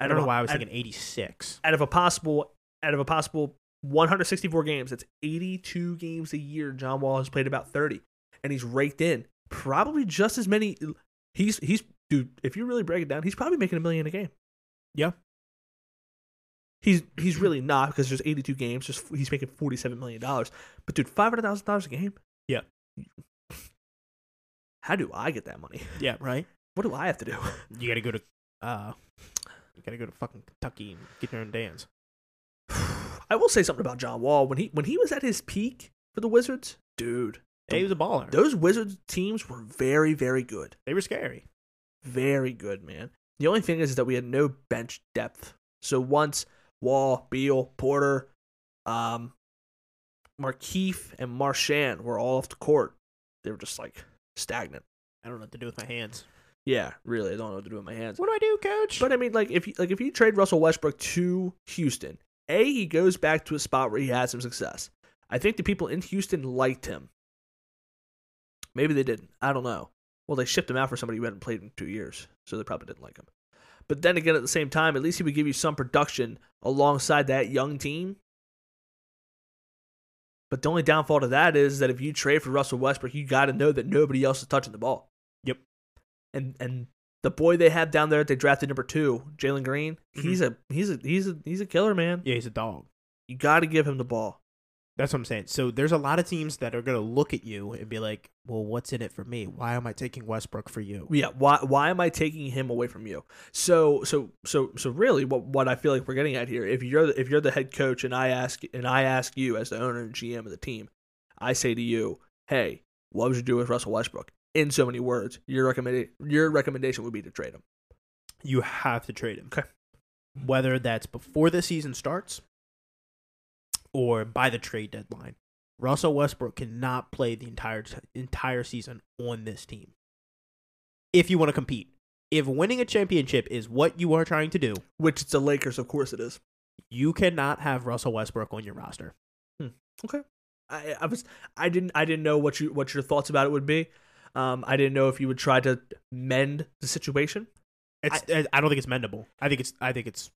I don't know why I was out- thinking 86. Out of a possible out of a possible 164 games, that's 82 games a year. John Wall has played about 30, and he's raked in probably just as many. He's he's dude. If you really break it down, he's probably making a million a game. Yeah. He's he's really not because there's 82 games. Just he's making 47 million dollars. But dude, five hundred thousand dollars a game. Yeah. How do I get that money? Yeah, right? What do I have to do? You got to go to uh you got to go to fucking Kentucky and get your own dance. I will say something about John Wall when he when he was at his peak for the Wizards, dude. Hey, he was a baller. Those Wizards teams were very very good, They were scary. very good, man. The only thing is that we had no bench depth. So once Wall, Beal, Porter, um, Markeef, and Marchand were all off the court, they were just like stagnant. I don't know what to do with my hands. Yeah, really, I don't know what to do with my hands. What do I do, coach? But I mean, like if you, like if you trade Russell Westbrook to Houston, a he goes back to a spot where he had some success. I think the people in Houston liked him. Maybe they didn't. I don't know. Well, they shipped him out for somebody who hadn't played in two years, so they probably didn't like him. But then again, at the same time, at least he would give you some production alongside that young team. But the only downfall to that is that if you trade for Russell Westbrook, you got to know that nobody else is touching the ball. Yep. And and The boy they have down there that they drafted number two, Jalen Green, he's a he's a he's a he's a killer, man. Yeah, he's a dog. You gotta give him the ball. That's what I'm saying. So there's a lot of teams that are going to look at you and be like, "Well, what's in it for me? Why am I taking Westbrook for you?" Yeah, why why am I taking him away from you? So so so so really what what I feel like we're getting at here, if you're the, if you're the head coach and I ask and I ask you as the owner and GM of the team, I say to you, "Hey, what would you do with Russell Westbrook?" In so many words, your recommend your recommendation would be to trade him. You have to trade him. Okay. Whether that's before the season starts or by the trade deadline, Russell Westbrook cannot play the entire t- entire season on this team. If you want to compete, if winning a championship is what you are trying to do, Which it's the Lakers, of course it is. you cannot have Russell Westbrook on your roster. I, I was I didn't I didn't know what you what your thoughts about it would be. Um, I didn't know if you would try to mend the situation. It's, I, I don't think it's mendable. I think it's I think it's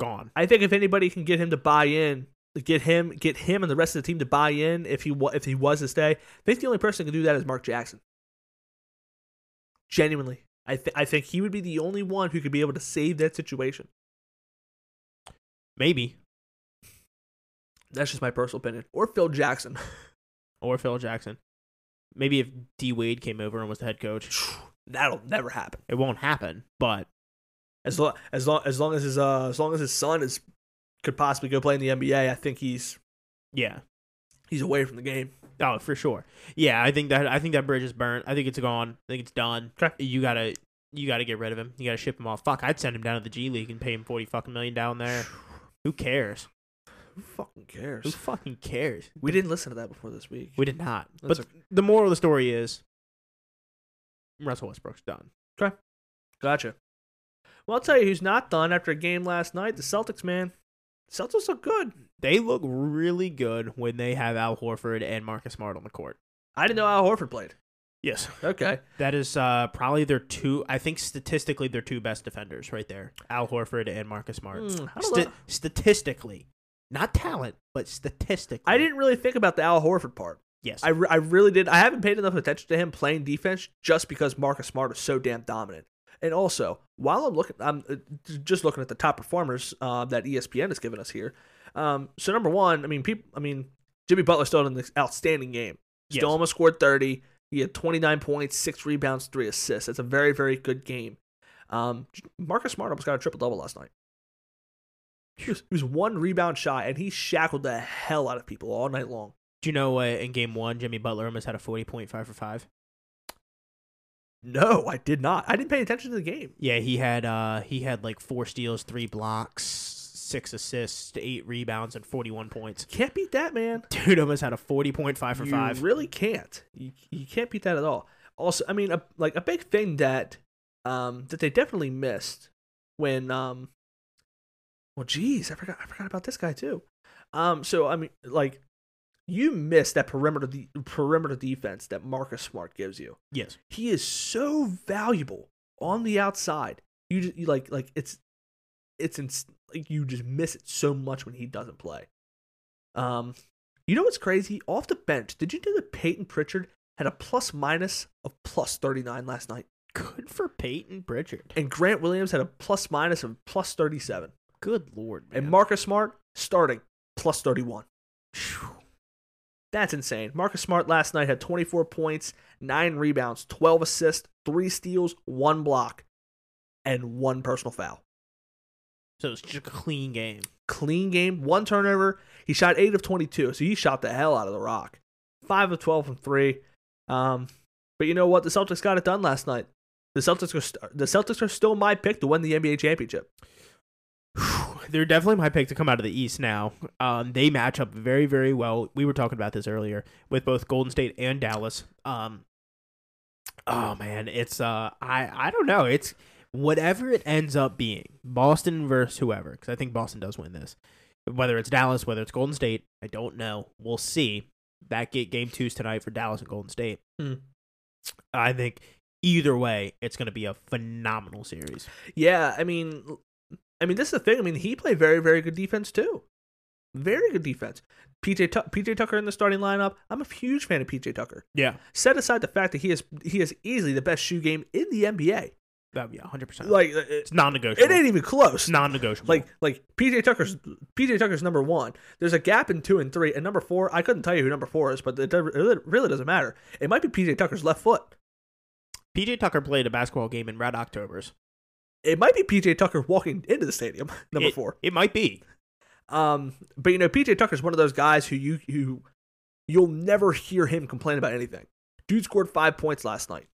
gone. I think if anybody can get him to buy in, get him get him and the rest of the team to buy in if he wa- if he was to stay, I think the only person who can do that is Mark Jackson. Genuinely, I th- I think he would be the only one who could be able to save that situation. Maybe That's just my personal opinion. Or Phil Jackson. or Phil Jackson. Maybe if D Wade came over and was the head coach, That'll never happen. it won't happen. But As long as long as long as his uh, as long as his son is could possibly go play in the NBA, I think he's yeah, he's away from the game. oh for sure, yeah. I think that I think that bridge is burnt. I think it's gone. I think it's done. Okay. You gotta you gotta get rid of him. You gotta ship him off. Fuck, I'd send him down to the G League and pay him forty fucking million down there. Who cares? Who fucking Who cares? fucking cares? We didn't listen to that before this week. We did not. That's but the moral of the story is Russell Westbrook's done. Gotcha. Well, I'll tell you who's not done after a game last night. The Celtics, man. Celtics look good. They look really good when they have Al Horford and Marcus Smart on the court. I didn't know Al Horford played. Yes. Okay. That is uh, probably their two. I think statistically, their two best defenders right there: Al Horford and Marcus Smart. Mm, I, don't Sta- know. statistically, not talent, but statistically. I didn't really think about the Al Horford part. Yes, I, re- I really did. I haven't paid enough attention to him playing defense just because Marcus Smart is so damn dominant. And also, while I'm looking, I'm uh, j- just looking at the top performers uh, that ESPN has given us here. Um, so number one, I mean, people, I mean, Jimmy Butler still had an outstanding game. Yes. Stoma scored 30. He had 29 points, six rebounds, three assists. That's a very, very good game. Um, Marcus Smart almost got a triple double last night. He was, he was one rebound shy, and he shackled the hell out of people all night long. Do you know uh, in Game One, Jimmy Butler almost had a forty point five for five? No, I did not. I didn't pay attention to the game. Yeah, he had uh, he had like four steals, three blocks, six assists, eight rebounds, and forty one points. Can't beat that, man. Dude almost had a forty point five for you five. really can't. You, you can't beat that at all. Also, I mean, a, like a big thing that um that they definitely missed when um well, geez, I forgot I forgot about this guy too. Um, so I mean, like you missed that perimeter de- perimeter defense that Marcus Smart gives you. yes, He is so valuable on the outside. You just you like like it's it's ins- like you just miss it so much when he doesn't play. Um, you know what's crazy? Off the bench, did you know that Peyton Pritchard had a plus minus of plus thirty nine last night, good for Peyton Pritchard. and Grant Williams had a plus minus of plus thirty seven, Good lord, man. and Marcus Smart starting plus thirty one. Phew. That's insane. Marcus Smart last night had 24 points, 9 rebounds, 12 assists, 3 steals, 1 block, and 1 personal foul. So it's just a clean game. Clean game, 1 turnover. He shot 8 of 22, so he shot the hell out of the rock. 5 of 12 from 3. Um, but you know what? The Celtics got it done last night. The Celtics are st- the Celtics are still my pick to win the NBA championship. They're definitely my pick to come out of the East now. Um, they match up very, very well. We were talking about this earlier with both Golden State and Dallas. Um, oh man, it's uh, I I don't know. It's whatever it ends up being, Boston versus whoever, because I think Boston does win this. Whether it's Dallas, whether it's Golden State, I don't know. We'll see. That ga- game two's tonight for Dallas and Golden State. Hmm. I think either way, it's going to be a phenomenal series. Yeah, I mean, I mean, this is the thing. I mean, he played very, very good defense too. Very good defense. PJ Tuck PJ Tucker in the starting lineup. I'm a huge fan of PJ Tucker. Yeah, Set aside the fact that he has he has easily the best shoe game in the NBA. That yeah, hundred percent. Like it, It's non-negotiable. it ain't even close. It's non-negotiable. Like like PJ Tucker's PJ Tucker's number one. There's a gap in two and three, and number four. I couldn't tell you who number four is, but it do- it really doesn't matter. It might be PJ Tucker's left foot. PJ Tucker played a basketball game in Red October's. It might be PJ Tucker walking into the stadium. Number It- four. It might be. Um, but you know, PJ Tucker's one of those guys who you who you'll never hear him complain about anything. Dude scored five points last night.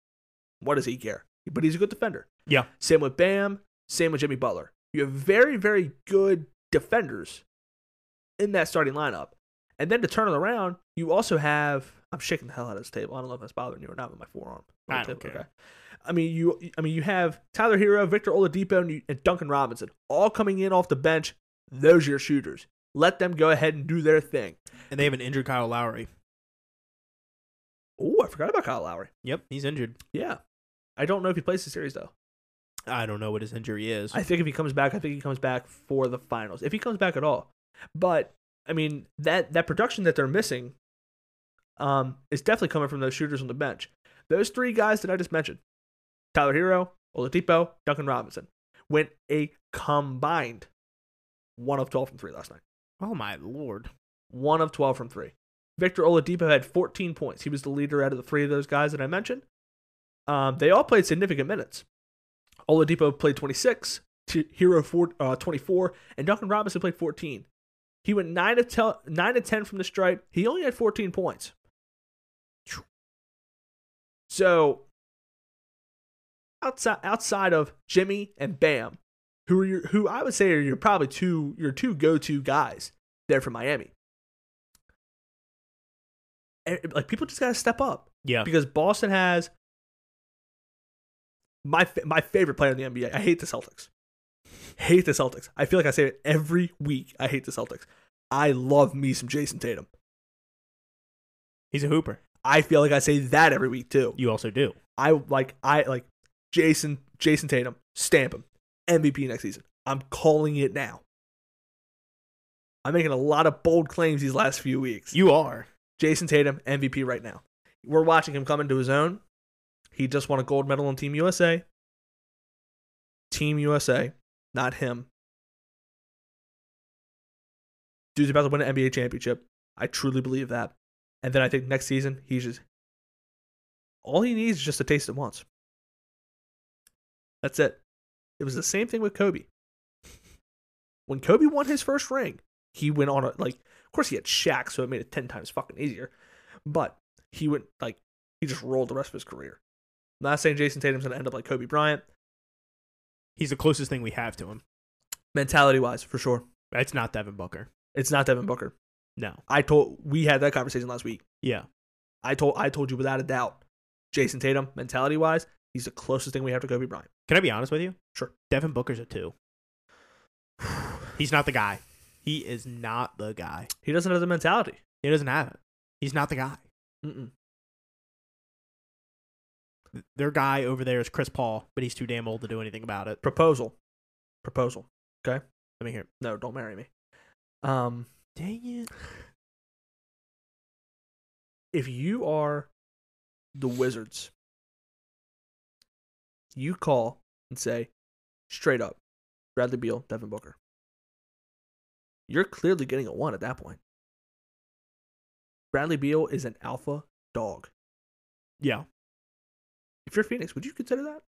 What does he care? But he's a good defender. Yeah. Same with Bam. Same with Jimmy Butler. You have very very good defenders in that starting lineup, and then to turn it around, you also have. I'm shaking the hell out of this table. I don't know if that's bothering you or not with my forearm. I don't care. I mean, you. I mean, you have Tyler Hero, Victor Oladipo, and, you, and Duncan Robinson all coming in off the bench. Those are your shooters. Let them go ahead and do their thing. And they have an injured Kyle Lowry. Oh, I forgot about Kyle Lowry. Yep, he's injured. Yeah, I don't know if he plays the series though. I don't know what his injury is. I think if he comes back, I think he comes back for the finals. If he comes back at all, but I mean that that production that they're missing, um, is definitely coming from those shooters on the bench. Those three guys that I just mentioned, Tyler Hero, Oladipo, Duncan Robinson, went a combined one of twelve from three last night. oh my lord. One of twelve from three. Victor Oladipo had 14 points. He was the leader out of the three of those guys that I mentioned. Um, they all played significant minutes. Oladipo played 26, T- Hero four, uh, 24, and Duncan Robinson played 14. He went 9 of, tel- 9 of 10 from the stripe. He only had 14 points. So, outside outside of Jimmy and Bam, who are your, who I would say are your probably two your two go to guys there from Miami. And, eh, like people just gotta step up Yeah. because Boston has my fa- my favorite player in the NBA. I hate the Celtics. Hate the Celtics. I feel like I say it every week. I hate the Celtics. I love me some Jason Tatum. He's a hooper. I feel like I say that every week too. You also do. I like I like Jason Jason Tatum. Stamp him MVP next season. I'm calling it now. I'm making a lot of bold claims these last few weeks. You are. Jason Tatum MVP right now. We're watching him come into his own. He just won a gold medal on Team USA. Team USA, not him. Dude's about to win an NBA championship. I truly believe that. And then I think next season he's just all he needs is just to taste it once. That's it. It was the same thing with Kobe. When Kobe won his first ring, he went on a like of course, he had Shaq, so it made it ten times fucking easier. But he went like he just rolled the rest of his career. I'm not saying Jason Tatum's gonna end up like Kobe Bryant He's the closest thing we have to him. mentality wise, for sure. It's not Devin Booker. It's not Devin Booker. No. I told we had that conversation last week. Yeah. I told I told you without a doubt, Jason Tatum mentality wise, he's the closest thing we have to Kobe Bryant. Can I be honest with you? Sure. Devin Booker's a two. He's not the guy. He is not the guy. He doesn't have the mentality. He doesn't have it. He's not the guy. Mm-mm. Their guy over there is Chris Paul, but he's too damn old to do anything about it. Proposal, proposal. Let me hear. it. No, don't marry me. Um, Dang it. if you are the Wizards, you call and say straight up Bradley Beal, Devin Booker. You're clearly getting a one at that point. Bradley Beal is an alpha dog. Yeah. If you're Phoenix, would you consider that?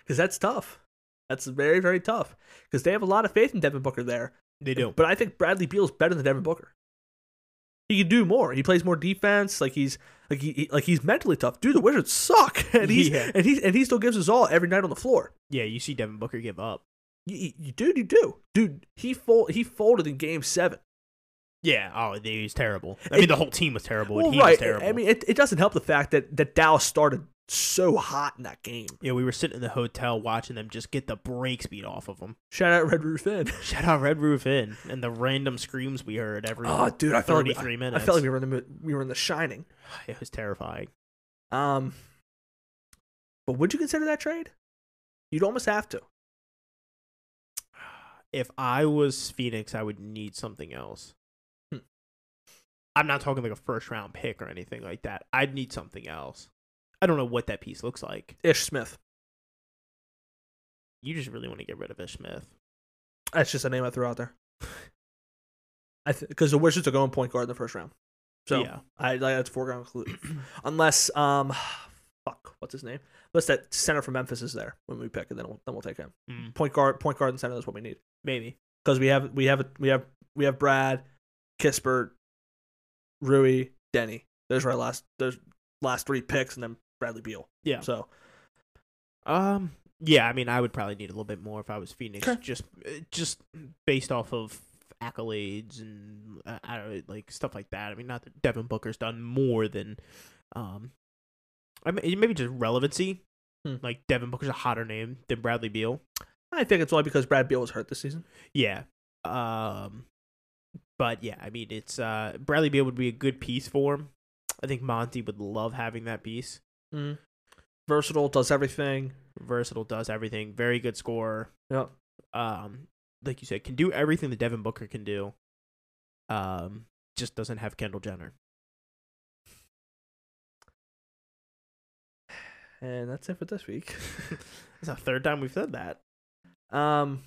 Because that's tough. That's very, very tough. Because they have a lot of faith in Devin Booker there. They do. But I think Bradley Beal's better than Devin Booker. He can do more. He plays more defense. Like he's like he, he- like he's mentally tough. Dude, the Wizards suck, and he's Yeah. and he's and he still gives us all every night on the floor. Yeah, you see Devin Booker give up. You, you, you- dude, you do, dude. He fold he folded in Game Seven. Yeah. Oh, they, he's terrible. I It- mean, the whole team was terrible, and Well, he was right. terrible. I mean, it, it doesn't help the fact that that Dallas started so hot in that game. yeah, we were sitting in the hotel watching them just get the brakes beat off of them. Shout out Red Roof Inn. Shout out Red Roof Inn and the random screams we heard every Oh, dude, I felt like we, 33 I, I minutes. felt like we were in the we were in the Shining. it was terrifying. Um, but would you consider that trade? You'd almost have to. If I was Phoenix, I would need something else. Hmm. I'm not talking like a first round pick or anything like that. I'd need something else. I don't know what that piece looks like. Ish Smith. You just really want to get rid of Ish Smith. That's just a name I threw out there. I because the Wizards are going point guard in the first round, so yeah, I like that's foregone conclusion. Unless um, fuck, what's his name? Unless that center from Memphis is there when we pick, and then we'll, then we'll take him. Mm, Point guard, point guard, and center is what we need maybe. because we have we have we have we have Brad, Kispert, Rui, Denny. There's our last there's last three picks, and then Bradley Beal. Yeah. So Um. Yeah, I mean, I would probably need a little bit more if I was Phoenix, Sure. just uh, just based off of accolades and uh, I don't know, like stuff like that. I mean, not that Devin Booker's done more than, um, I mean, maybe just relevancy. Hmm. Like Devin Booker's a hotter name than Bradley Beal. I think it's only because Brad Beal was hurt this season. Yeah. Um. But yeah, I mean, it's uh Bradley Beal would be a good piece for him. I think Monty would love having that piece. Versatile, does everything. Versatile, does everything. Very good scorer. Yep. um, like you said, can do everything that Devin Booker can do. Um, just doesn't have Kendall Jenner. And that's it for this week. It's the third time we've said that. Um.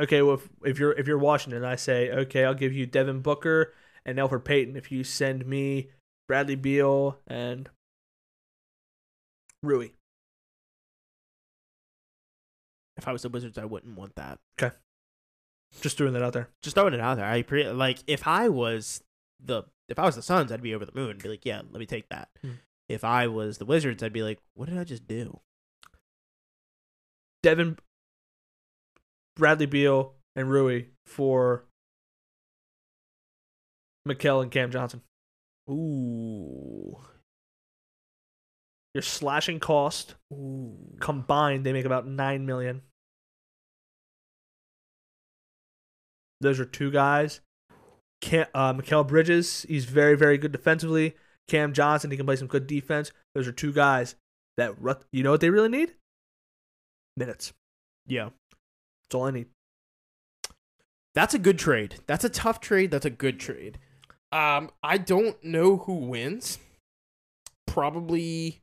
Okay, well, if, if you're if you're Washington, I say okay, I'll give you Devin Booker and Alfred Payton if you send me Bradley Beal and Rui. If I was the Wizards, I wouldn't want that. Just throwing that out there. Just throwing it out there. I pre- like if I was the if I was the Suns, I'd be over the moon and be like, yeah, let me take that. Hmm. If I was the Wizards, I'd be like, what did I just do? Devin, Bradley Beal, and Rui for Mikel and Cam Johnson. Ooh, You're slashing cost ooh. combined. They make about nine million. Those are two guys. Cam, uh, Mikael Bridges, he's very, very good defensively. Cam Johnson, he can play some good defense. Those are two guys that ru- you know what they really need? Minutes. Yeah, That's all I need. that's a good trade. That's a tough trade. That's a good trade. Um, I don't know who wins. Probably.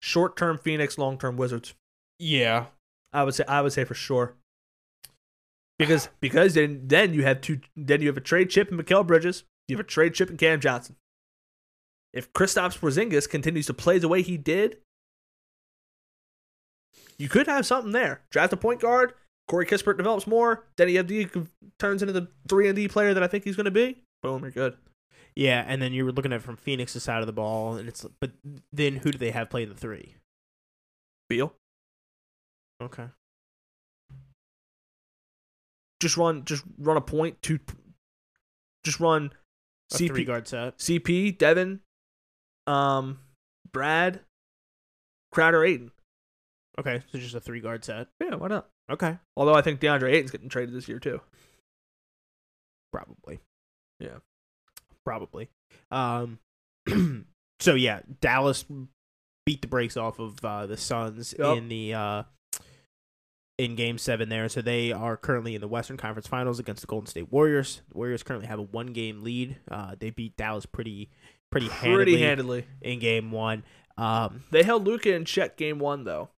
Short term Phoenix, long term Wizards. Yeah. I would say I would say for sure. Because because then then you have two then you have a trade chip in Mikael Bridges, you have a trade chip in Cam Johnson. If Kristaps Porzingis continues to play the way he did, you could have something there. Draft a point guard. Corey Kispert develops more. Denny FD turns into the three and D player that I think he's going to be. Boom, you're good. Yeah, and then you were looking at it from Phoenix's side of the ball, and it's but then who do they have playing the three? Beal, Okay. just run, just run a point two. Just run A CP three guard set. CP, Devin, um, Brad, Crowder, Aiden. Okay, so just a three guard set. Yeah, why not? Okay. Although I think DeAndre Ayton's getting traded this year too. Probably. Yeah. Probably. Um so yeah, Dallas beat the brakes off of uh, the Suns Yep. in the uh in game 7 there. So they are currently in the Western Conference Finals against the Golden State Warriors. The Warriors currently have a one game lead. Uh they beat Dallas pretty pretty, Pretty handily handedly. in game 1. Um They held Luca in check game one though.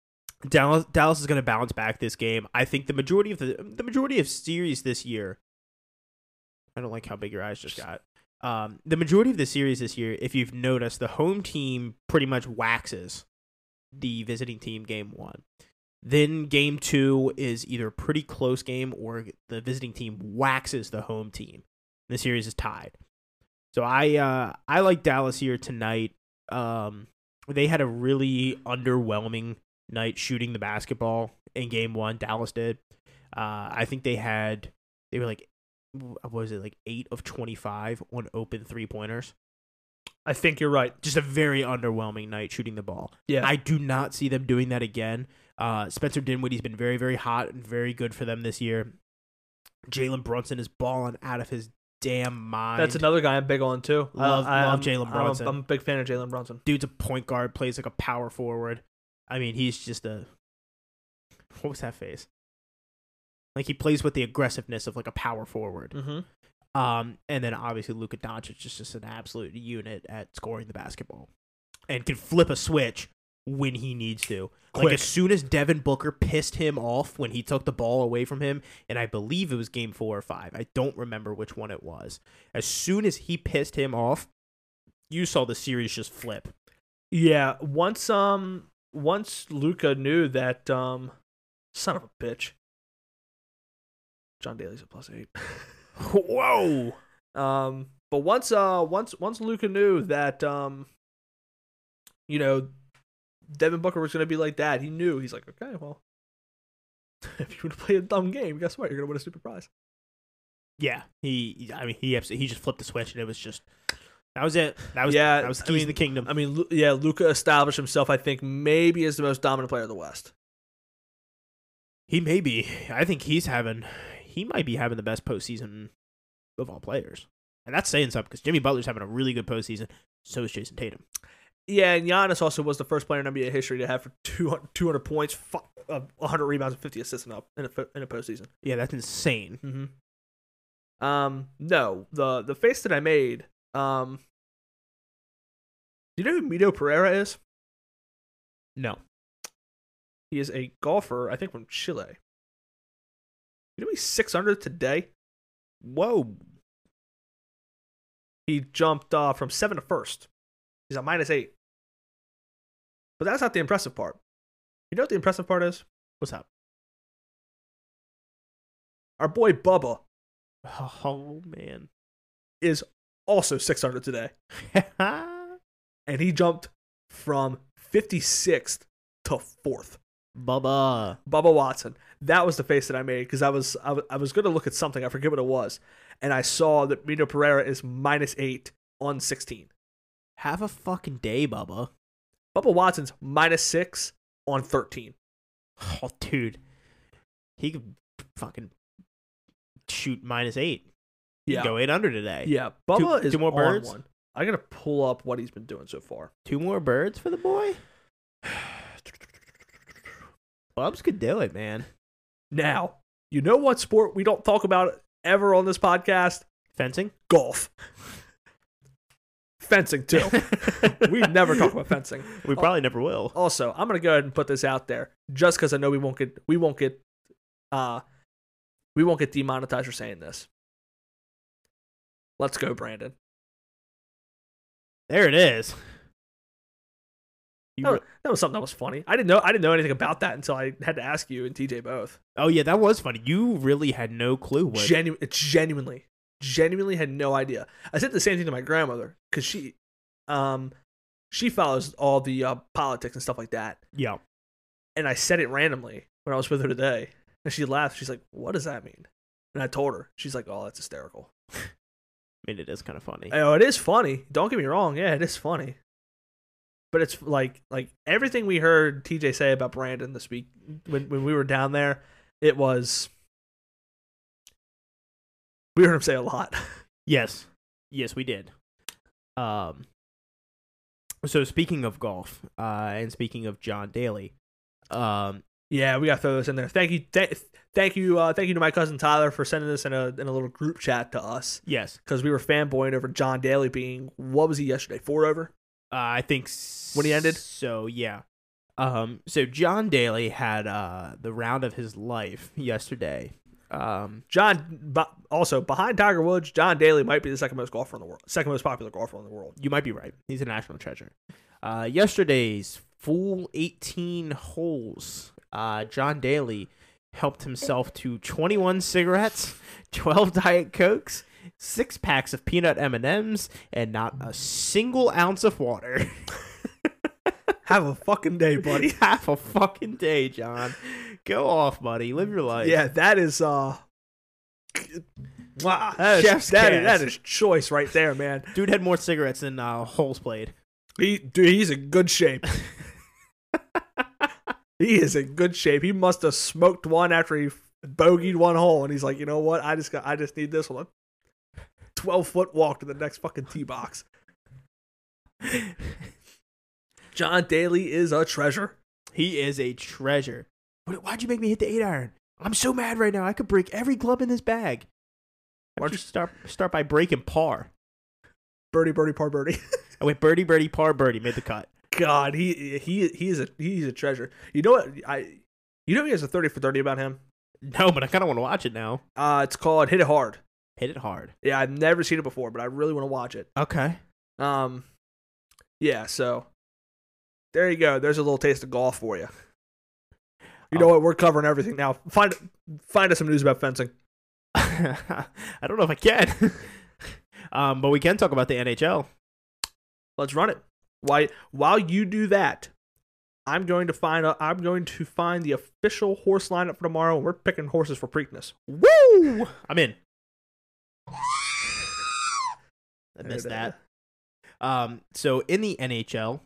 Dallas Dallas is going to bounce back this game. I think the majority of the the majority of series this year. I don't like how big your eyes just got. Um, the majority of the series this year, if you've noticed, the home team pretty much waxes the visiting team game one. Then game two is either a pretty close game or the visiting team waxes the home team. The series is tied. So I uh, I like Dallas here tonight. Um, they had a really underwhelming night shooting the basketball in game one. Dallas did. Uh, I think they had they were like what was it like eight of twenty five on open three pointers. I think you're right. Just a very underwhelming night shooting the ball. Yeah. I do not see them doing that again. Uh, Spencer Dinwiddie's been very, very hot and very good for them this year. Jalen Brunson is balling out of his damn mind. That's another guy I'm big on too. I- Love- I, love I'm- I'm Jalen a- Brunson. I'm, a big fan of Jalen Brunson. dude's a point guard, plays like a power forward. I mean, he's just a what was that face? Like he plays with the aggressiveness of like a power forward. Mm-hmm. Um, and then obviously Luka Doncic is just an absolute unit at scoring the basketball, and can flip a switch when he needs to. Like Quick. as soon as Devin Booker pissed him off when he took the ball away from him, and I believe it was game four or five. I don't remember which one it was. As soon as he pissed him off, you saw the series just flip. Yeah, once um once Luca knew that um son of a bitch. John Daly's a plus eight. Whoa! Um but once uh once once Luca knew that um you know Devin Booker was gonna be like that, he knew he's like, Okay, well if you want to play a dumb game, guess what? You're gonna win a stupid prize. Yeah, he. I mean, he. abs- He just flipped the switch, and it was just. That was it. That was Yeah, That was I keys to mean- the kingdom. I mean Lu- yeah, Luca established himself, I think, maybe as the most dominant player of the West. He may be. I think he's having. He might be having the best postseason of all players, and that's saying something because Jimmy Butler's having a really good postseason. So is Jason Tatum. Yeah, and Giannis also was the first player in NBA history to have for 200, 200 points, fu- uh, 100 rebounds, and 50 assists and up in a, fo- in a postseason. Yeah, that's insane. Mm-hmm. Um, no, the the face that I made. Um, do you know who Mito Pereira is? No, He is a golfer, I think, from Chile. You know he's six under today. whoa, He jumped uh, from seven to first. He's at minus eight. But that's not the impressive part. You know what the impressive part is? what's up? Our boy Bubba Oh man, is also 600 today, and he jumped from 56th to fourth. Bubba. Bubba Watson. That was the face that I made because I was I was, I was going to look at something. I forget what it was, and I saw that Mino Pereira is minus eight on 16. Have a fucking day, Bubba. Bubba Watson's minus six on 13. Oh, dude, he could fucking shoot minus eight. He could Yeah, go eight under today. yeah. Bubba Two- is two more on birds? one. I gotta pull up what he's been doing so far. Two more birds for the boy. Bubs could do it, man. Now, you know what sport we don't talk about ever on this podcast? Fencing. Golf. Fencing too. we never talk about fencing. We probably never will. also i'm gonna go ahead and put this out there just because i know we won't get we won't get uh we won't get demonetized for saying this let's go brandon There it is. You that re- was, that was something that was funny i didn't know i didn't know anything about that until i had to ask you and tj both oh yeah, that was funny. You really had no clue what. Genu- it's genuinely genuinely had no idea i said the same thing to my grandmother because she um she follows all the uh, politics and stuff like that Yeah. and I said it randomly when I was with her today, and she laughed. She's like, "What does that mean?" And I told her. She's like, "Oh, that's hysterical." I mean, it is kind of funny. Oh, it is funny. Don't get me wrong. Yeah, it is funny. But it's like like everything we heard TJ say about Brandon this week when when we were down there, it was we heard him say a lot. Yes. Yes, we did. Um. So speaking of golf, uh, and speaking of John Daly, um, yeah, we got to throw this in there. Thank you, th- thank you, uh, thank you to my cousin Tyler for sending this in a in a little group chat to us yes, because we were fanboying over John Daly being what was he yesterday four over. uh, I think s- When he ended? So yeah. Um. So John Daly had uh the round of his life yesterday. Um. John, but also behind Tiger Woods, John Daly might be the second most golfer in the world, second most popular golfer in the world. You might be right. He's a national treasure. Uh, yesterday's full 18 holes, uh, John Daly helped himself to 21 cigarettes, 12 diet cokes, six packs of peanut M and M's, and not a single ounce of water. Have a fucking day, buddy. Half a fucking day, John. Go off, buddy. Live your life. yeah, that is uh, wow, that Chef's is, that, kiss. is, that is choice right there, man. Dude had more cigarettes than uh, holes played. He, dude, he's in good shape. he is in good shape. He must have smoked one after he bogeyed one hole, and he's like, you know what? I just got, I just need this one. Twelve foot walk to the next fucking tee box. John Daly is a treasure. He is a treasure. But why'd you make me hit the eight iron? I'm so mad right now. I could break every club in this bag. Why March- don't you start start by breaking par? Birdie, birdie, par, birdie. I went birdie, birdie, par, birdie, made the cut. God, he he he is a he's a treasure. You know what I? You know he has a thirty for thirty about him. No, but I kind of want to watch it now. Uh, it's called Hit It Hard. Hit it hard. Yeah, I've never seen it before, but I really want to watch it. Okay. Um, yeah. So there you go. There's a little taste of golf for you. You Oh. know what? We're covering everything now. Find find us some news about fencing. I don't know if I can. um, but we can talk about the NHL. Let's run it. Why? While you do that, I'm going to find i I'm going to find the official horse lineup for tomorrow. and We're picking horses for Preakness. Woo! I'm in. I missed There it is. that. Um, so in the NHL,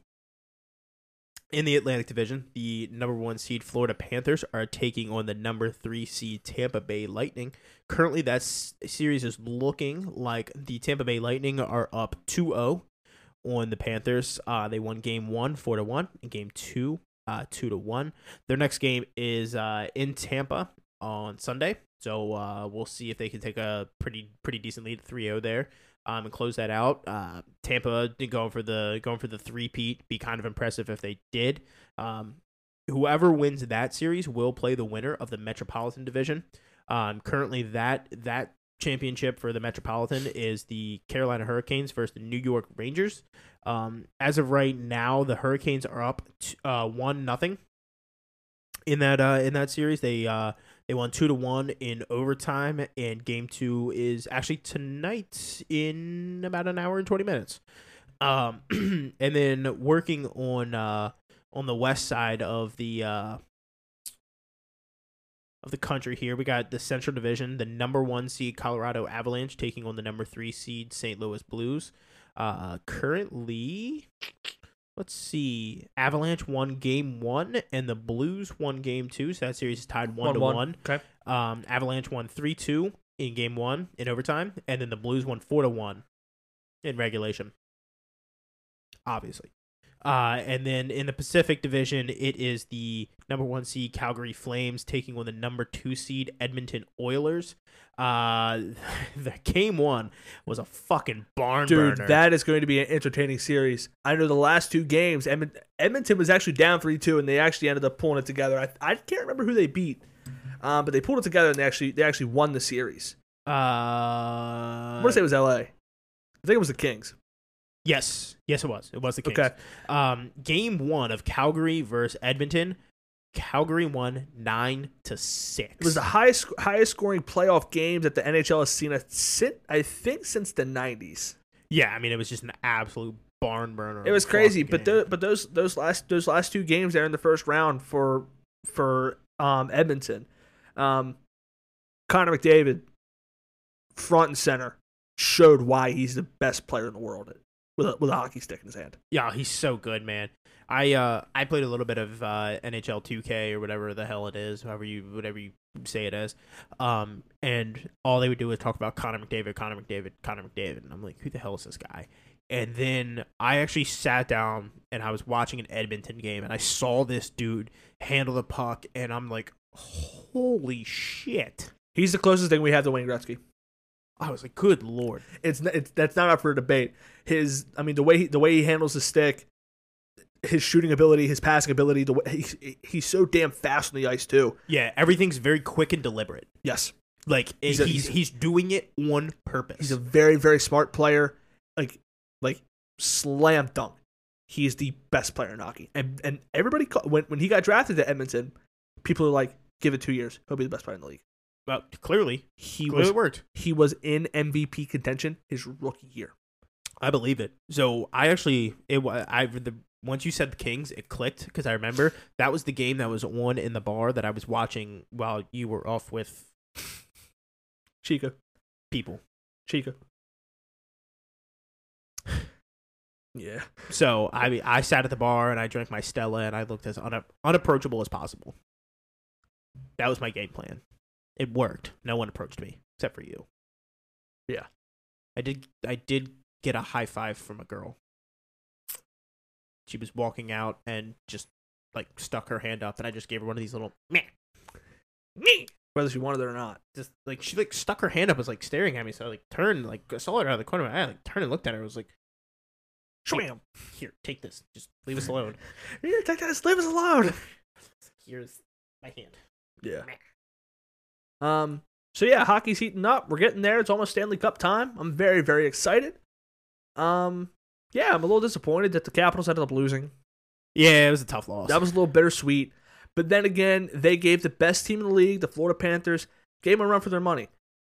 in the Atlantic Division, the number one seed Florida Panthers are taking on the number three seed Tampa Bay Lightning. Currently, that s- series is looking like the Tampa Bay Lightning are up 2 0 on the Panthers. Uh, they won game one, 4 to 1, and game two, uh, 2 to 1. Their next game is uh, in Tampa on Sunday. So uh, we'll see if they can take a pretty pretty decent lead 3 0 there um, and close that out. Uh, Tampa going for the going for the three peat be kind of impressive if they did. Um, whoever wins that series will play the winner of the Metropolitan Division. Um, currently, that that championship for the Metropolitan is the Carolina Hurricanes versus the New York Rangers. Um, as of right now, the Hurricanes are up t- uh, one nothing in that uh, in that series. They uh, they won two to one in overtime, and game two is actually tonight in about an hour and twenty minutes. Um, and then working on uh on the west side of the uh of the country here, we got the Central Division, the number one seed Colorado Avalanche taking on the number three seed St. Louis Blues. Uh, currently, let's see, Avalanche won game one, and the Blues won game two, so that series is tied one to one. Okay. Um, Avalanche won three two in game one in overtime, and then the Blues won four to one in regulation. Obviously. Uh, and then in the Pacific Division, it is the number one seed Calgary Flames taking on the number two seed Edmonton Oilers. Uh, the game one was a fucking barn Dude, burner. that is going to be an entertaining series. I know the last two games, Edmon- Edmonton was actually down 3 2, and they actually ended up pulling it together. I, I can't remember who they beat, um, but they pulled it together and they actually they actually won the series. uh, I'm going to say it was LA. I think it was the Kings. Yes, yes, it was. It was the Kings. Okay. Um, game one of Calgary versus Edmonton. Calgary won nine to six. It was the highest highest scoring playoff games that the NHL has seen, sit, I think, since the 90s. yeah, I mean, it was just an absolute barn burner. It of was a crazy, fucking but game. those, but those those last those last two games there in the first round for for um, Edmonton, um, Connor McDavid, front and center, showed why he's the best player in the world with a, with a hockey stick in his hand. yeah, he's so good, man. I uh, I played a little bit of uh, NHL 2K or whatever the hell it is, however you whatever you say it is. Um, and all they would do is talk about Connor McDavid, Connor McDavid, Connor McDavid, and I'm like, who the hell is this guy? And then I actually sat down and I was watching an Edmonton game and I saw this dude handle the puck and I'm like, holy shit! He's the closest thing we have to Wayne Gretzky. I was like, good lord. It's, n- it's that's not up for debate. His I mean the way he, the way he handles his stick, his shooting ability, his passing ability, the way he, he's so damn fast on the ice too. Yeah, everything's very quick and deliberate. Yes. Like he's He's a- he's, he's a- doing it on purpose. He's a very, very smart player. Like, like slam dunk. He is the best player in hockey. And and everybody ca- when when he got drafted to Edmonton, people are like, give it two years, he'll be the best player in the league. well, clearly He Well, was it worked. he was in MVP contention his rookie year. I believe it. So I actually it wa- I the once you said the Kings, it clicked because I remember that was the game that was on in the bar that I was watching while you were off with Chico, people. Chico. Yeah, So I mean, I sat at the bar and I drank my Stella and I looked as una- unapproachable as possible. That was my game plan. It worked. No one approached me except for you. Yeah. I did I did get a high five from a girl. She was walking out and just like stuck her hand up and I just gave her one of these little meh. me. whether she wanted it or not. Just like she like stuck her hand up, was like staring at me. So I like turned, like I saw her out of the corner of my eye, like turned and looked at her. I was like, Shwam! "Here, take this. Just leave us alone. Yeah, take that. Leave us alone. Here's my hand." Yeah. Um. So yeah, hockey's heating up. We're getting there. It's almost Stanley Cup time. I'm very, very excited. Um. Yeah, I'm a little disappointed that the Capitals ended up losing. Yeah, it was a tough loss. That was a little bittersweet. But then again, they gave the best team in the league, the Florida Panthers, gave them a run for their money.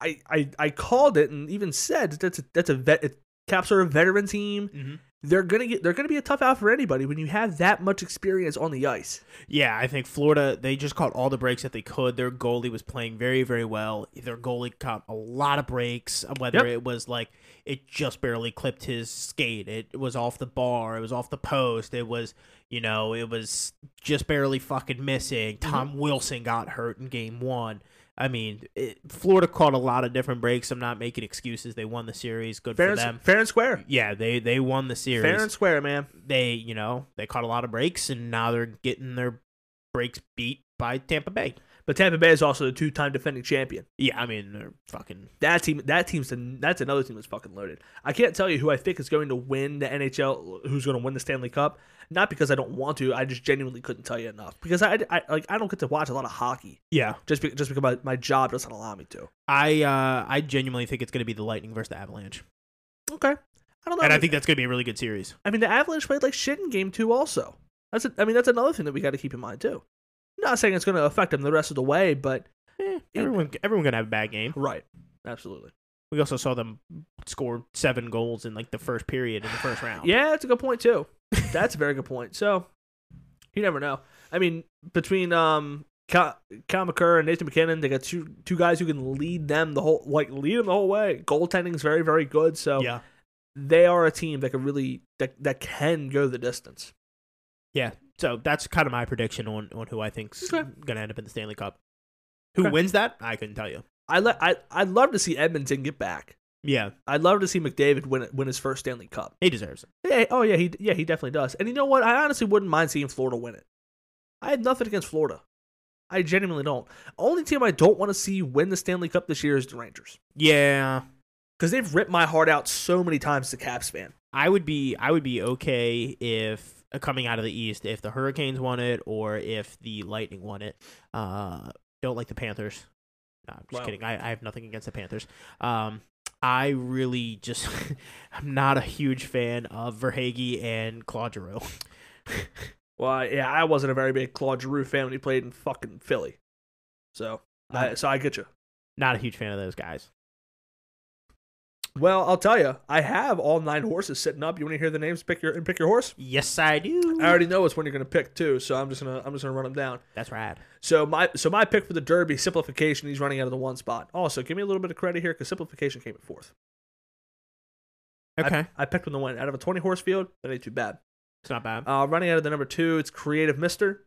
I, I, I called it and even said that that's a, that's a vet. It, Caps are a veteran team. Mhm. They're gonna get. They're gonna be a tough out for anybody when you have that much experience on the ice. Yeah, I think Florida, they just caught all the breaks that they could. Their goalie was playing very, very well. Their goalie caught a lot of breaks, uh, whether Yep. it was like it just barely clipped his skate, it was off the bar, it was off the post, it was, you know, it was just barely fucking missing. Mm-hmm. Tom Wilson got hurt in game one. I mean, it, Florida caught a lot of different breaks. I'm not making excuses. They won the series. Good Fair for and, them. fair and square. Yeah, they, they won the series Fair and square, man. they you know they caught a lot of breaks and now they're getting their breaks beat by Tampa Bay. But Tampa Bay is also the two-time defending champion. Yeah, I mean they're fucking That team, that team's, an- that's another team that's fucking loaded. I can't tell you who I think is going to win the NHL, who's going to win the Stanley Cup. Not because I don't want to, I just genuinely couldn't tell you enough because I, I like, I don't get to watch a lot of hockey yeah. just be, just because my, my job doesn't allow me to. I uh I genuinely think it's going to be the Lightning versus the Avalanche, Okay, I don't know. and I think that's going to be a really good series. I mean the Avalanche played like shit in Game Two. Also, that's, a, I mean that's another thing that we got to keep in mind too. Not saying it's going to affect them the rest of the way, but Eh, everyone everyone going to have a bad game. right, absolutely. We also saw them score seven goals in like the first period in the first round. Yeah, that's a good point too. That's a very good point. So you never know. I mean, between um Ka- Kyle McCurr and Nathan McKinnon, they got two two guys who can lead them the whole like lead them the whole way. Goaltending is very very good. So yeah, they are a team that could really that that can go the distance. yeah. So that's kind of my prediction on on who I think's Okay. going to end up in the Stanley Cup. Who Okay. wins that? I couldn't tell you. I le- I I'd love to see Edmonton get back. Yeah, I'd love to see McDavid win win his first Stanley Cup. he deserves it. Yeah, oh yeah, he yeah he definitely does. And you know what? I honestly wouldn't mind seeing Florida win it. I have nothing against Florida. I genuinely don't. Only team I don't want to see win the Stanley Cup this year is the Rangers Yeah, because they've ripped my heart out so many times. The Caps fan. I would be I would be okay if uh, coming out of the East if the Hurricanes won it or if the Lightning won it. Uh, don't like the Panthers. No, I'm just Wow. kidding. I, I have nothing against the Panthers. Um, I really just I'm not a huge fan of Verhage and Claude Giroux. Well, yeah, I wasn't a very big Claude Giroux fan when he played in fucking Philly. So, I, so I get you. Not a huge fan of those guys. Well, I'll tell you, I have all nine horses sitting up. You want to hear the names? Pick your and pick your horse. Yes, I do. I already know it's when you're going to pick too, so I'm just gonna I'm just gonna run them down. That's rad. So my so my pick for the Derby simplification. He's running out of the one spot. Also, give me a little bit of credit here because simplification came at fourth. I- Okay, I, picked him the win out of a twenty horse field. That ain't too bad. it's not bad. Uh, running out of the number two, it's Creative Mister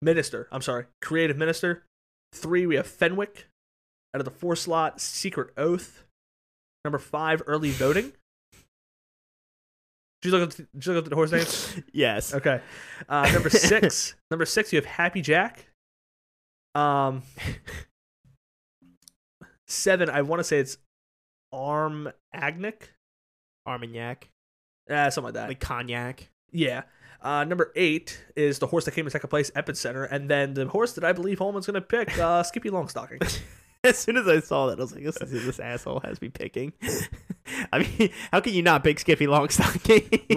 Minister. I'm sorry, Creative Minister. Three, we have Fenwick. Out of the four slot, Secret Oath. Number five, Early Voting. Did you look at the, did you look at the horse names? yes. Okay. Uh, number six. number six, you have Happy Jack. Um, seven. I want to say it's Arm Agnic. Armagnac, Uh, something like that. like cognac. yeah. Uh, number eight is the horse that came in second place, Epicenter, and then the horse that I believe Holman's gonna pick, uh, Skippy Longstocking. as soon as I saw that, I was like, "This is who this asshole has me picking." I mean, how can you not pick Skippy Longstocking?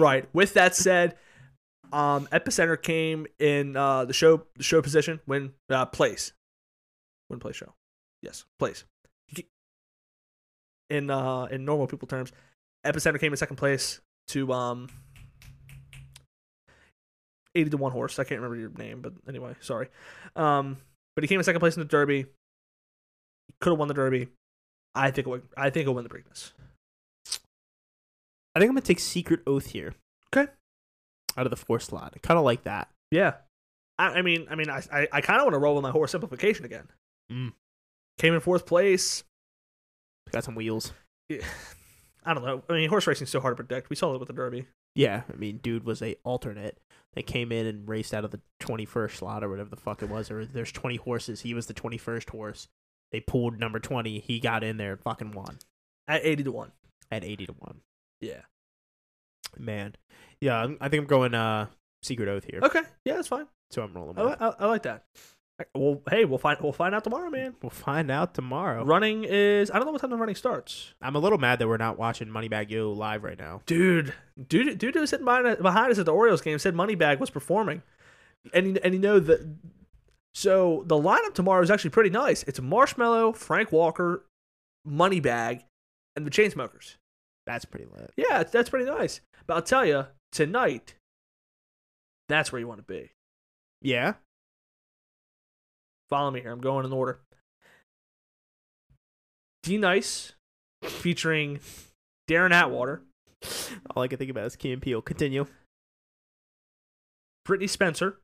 right. With that said, um, Epicenter came in uh, the show the show position win uh, place, win play show, yes place. In uh, in normal people terms, Epicenter came in second place to um. 80 to 1 horse. I can't remember your name, but anyway, sorry. Um, but he came in second place in the Derby. Could have won the Derby. I think it would, I think he'll win the Preakness. I think I'm gonna take Secret Oath here. Okay. Out of the four slot, I kind of like that. Yeah. I, I mean, I mean, I I, I kind of want to roll with my horse simplification again. Mm. Came in fourth place. It's got some wheels. Yeah. I don't know. I mean, horse racing's so hard to predict. We saw it with the Derby. Yeah, I mean, dude was a alternate that came in and raced out of the 21st slot or whatever the fuck it was. Or there's 20 horses. He was the 21st horse. They pulled number 20. He got in there and fucking won at eighty to one. at 80 to 1. Yeah. Man. Yeah, I'm- I think I'm going uh Secret Oath here. Okay. Yeah, that's fine. So I'm rolling I, with. li- it. I, I like that. I- Well, hey, we'll find we'll find out tomorrow, man. We'll find out tomorrow. Running is I don't know what time the running starts. I'm a little mad that we're not watching Moneybag Yo live right now. Dude, dude, dude who was sitting behind, behind us at the Orioles game said Moneybag was performing, and and you know the so the lineup tomorrow is actually pretty nice. It's Marshmallow, Frank Walker, Moneybag, and the Chainsmokers. That's pretty lit. Yeah, that's pretty nice. But I'll tell you tonight, that's where you want to be. Yeah. Follow me here. I'm going in order. D Nice featuring Darren Atwater, All I can think about is Key and Peele. Continue. Brittany Spencer.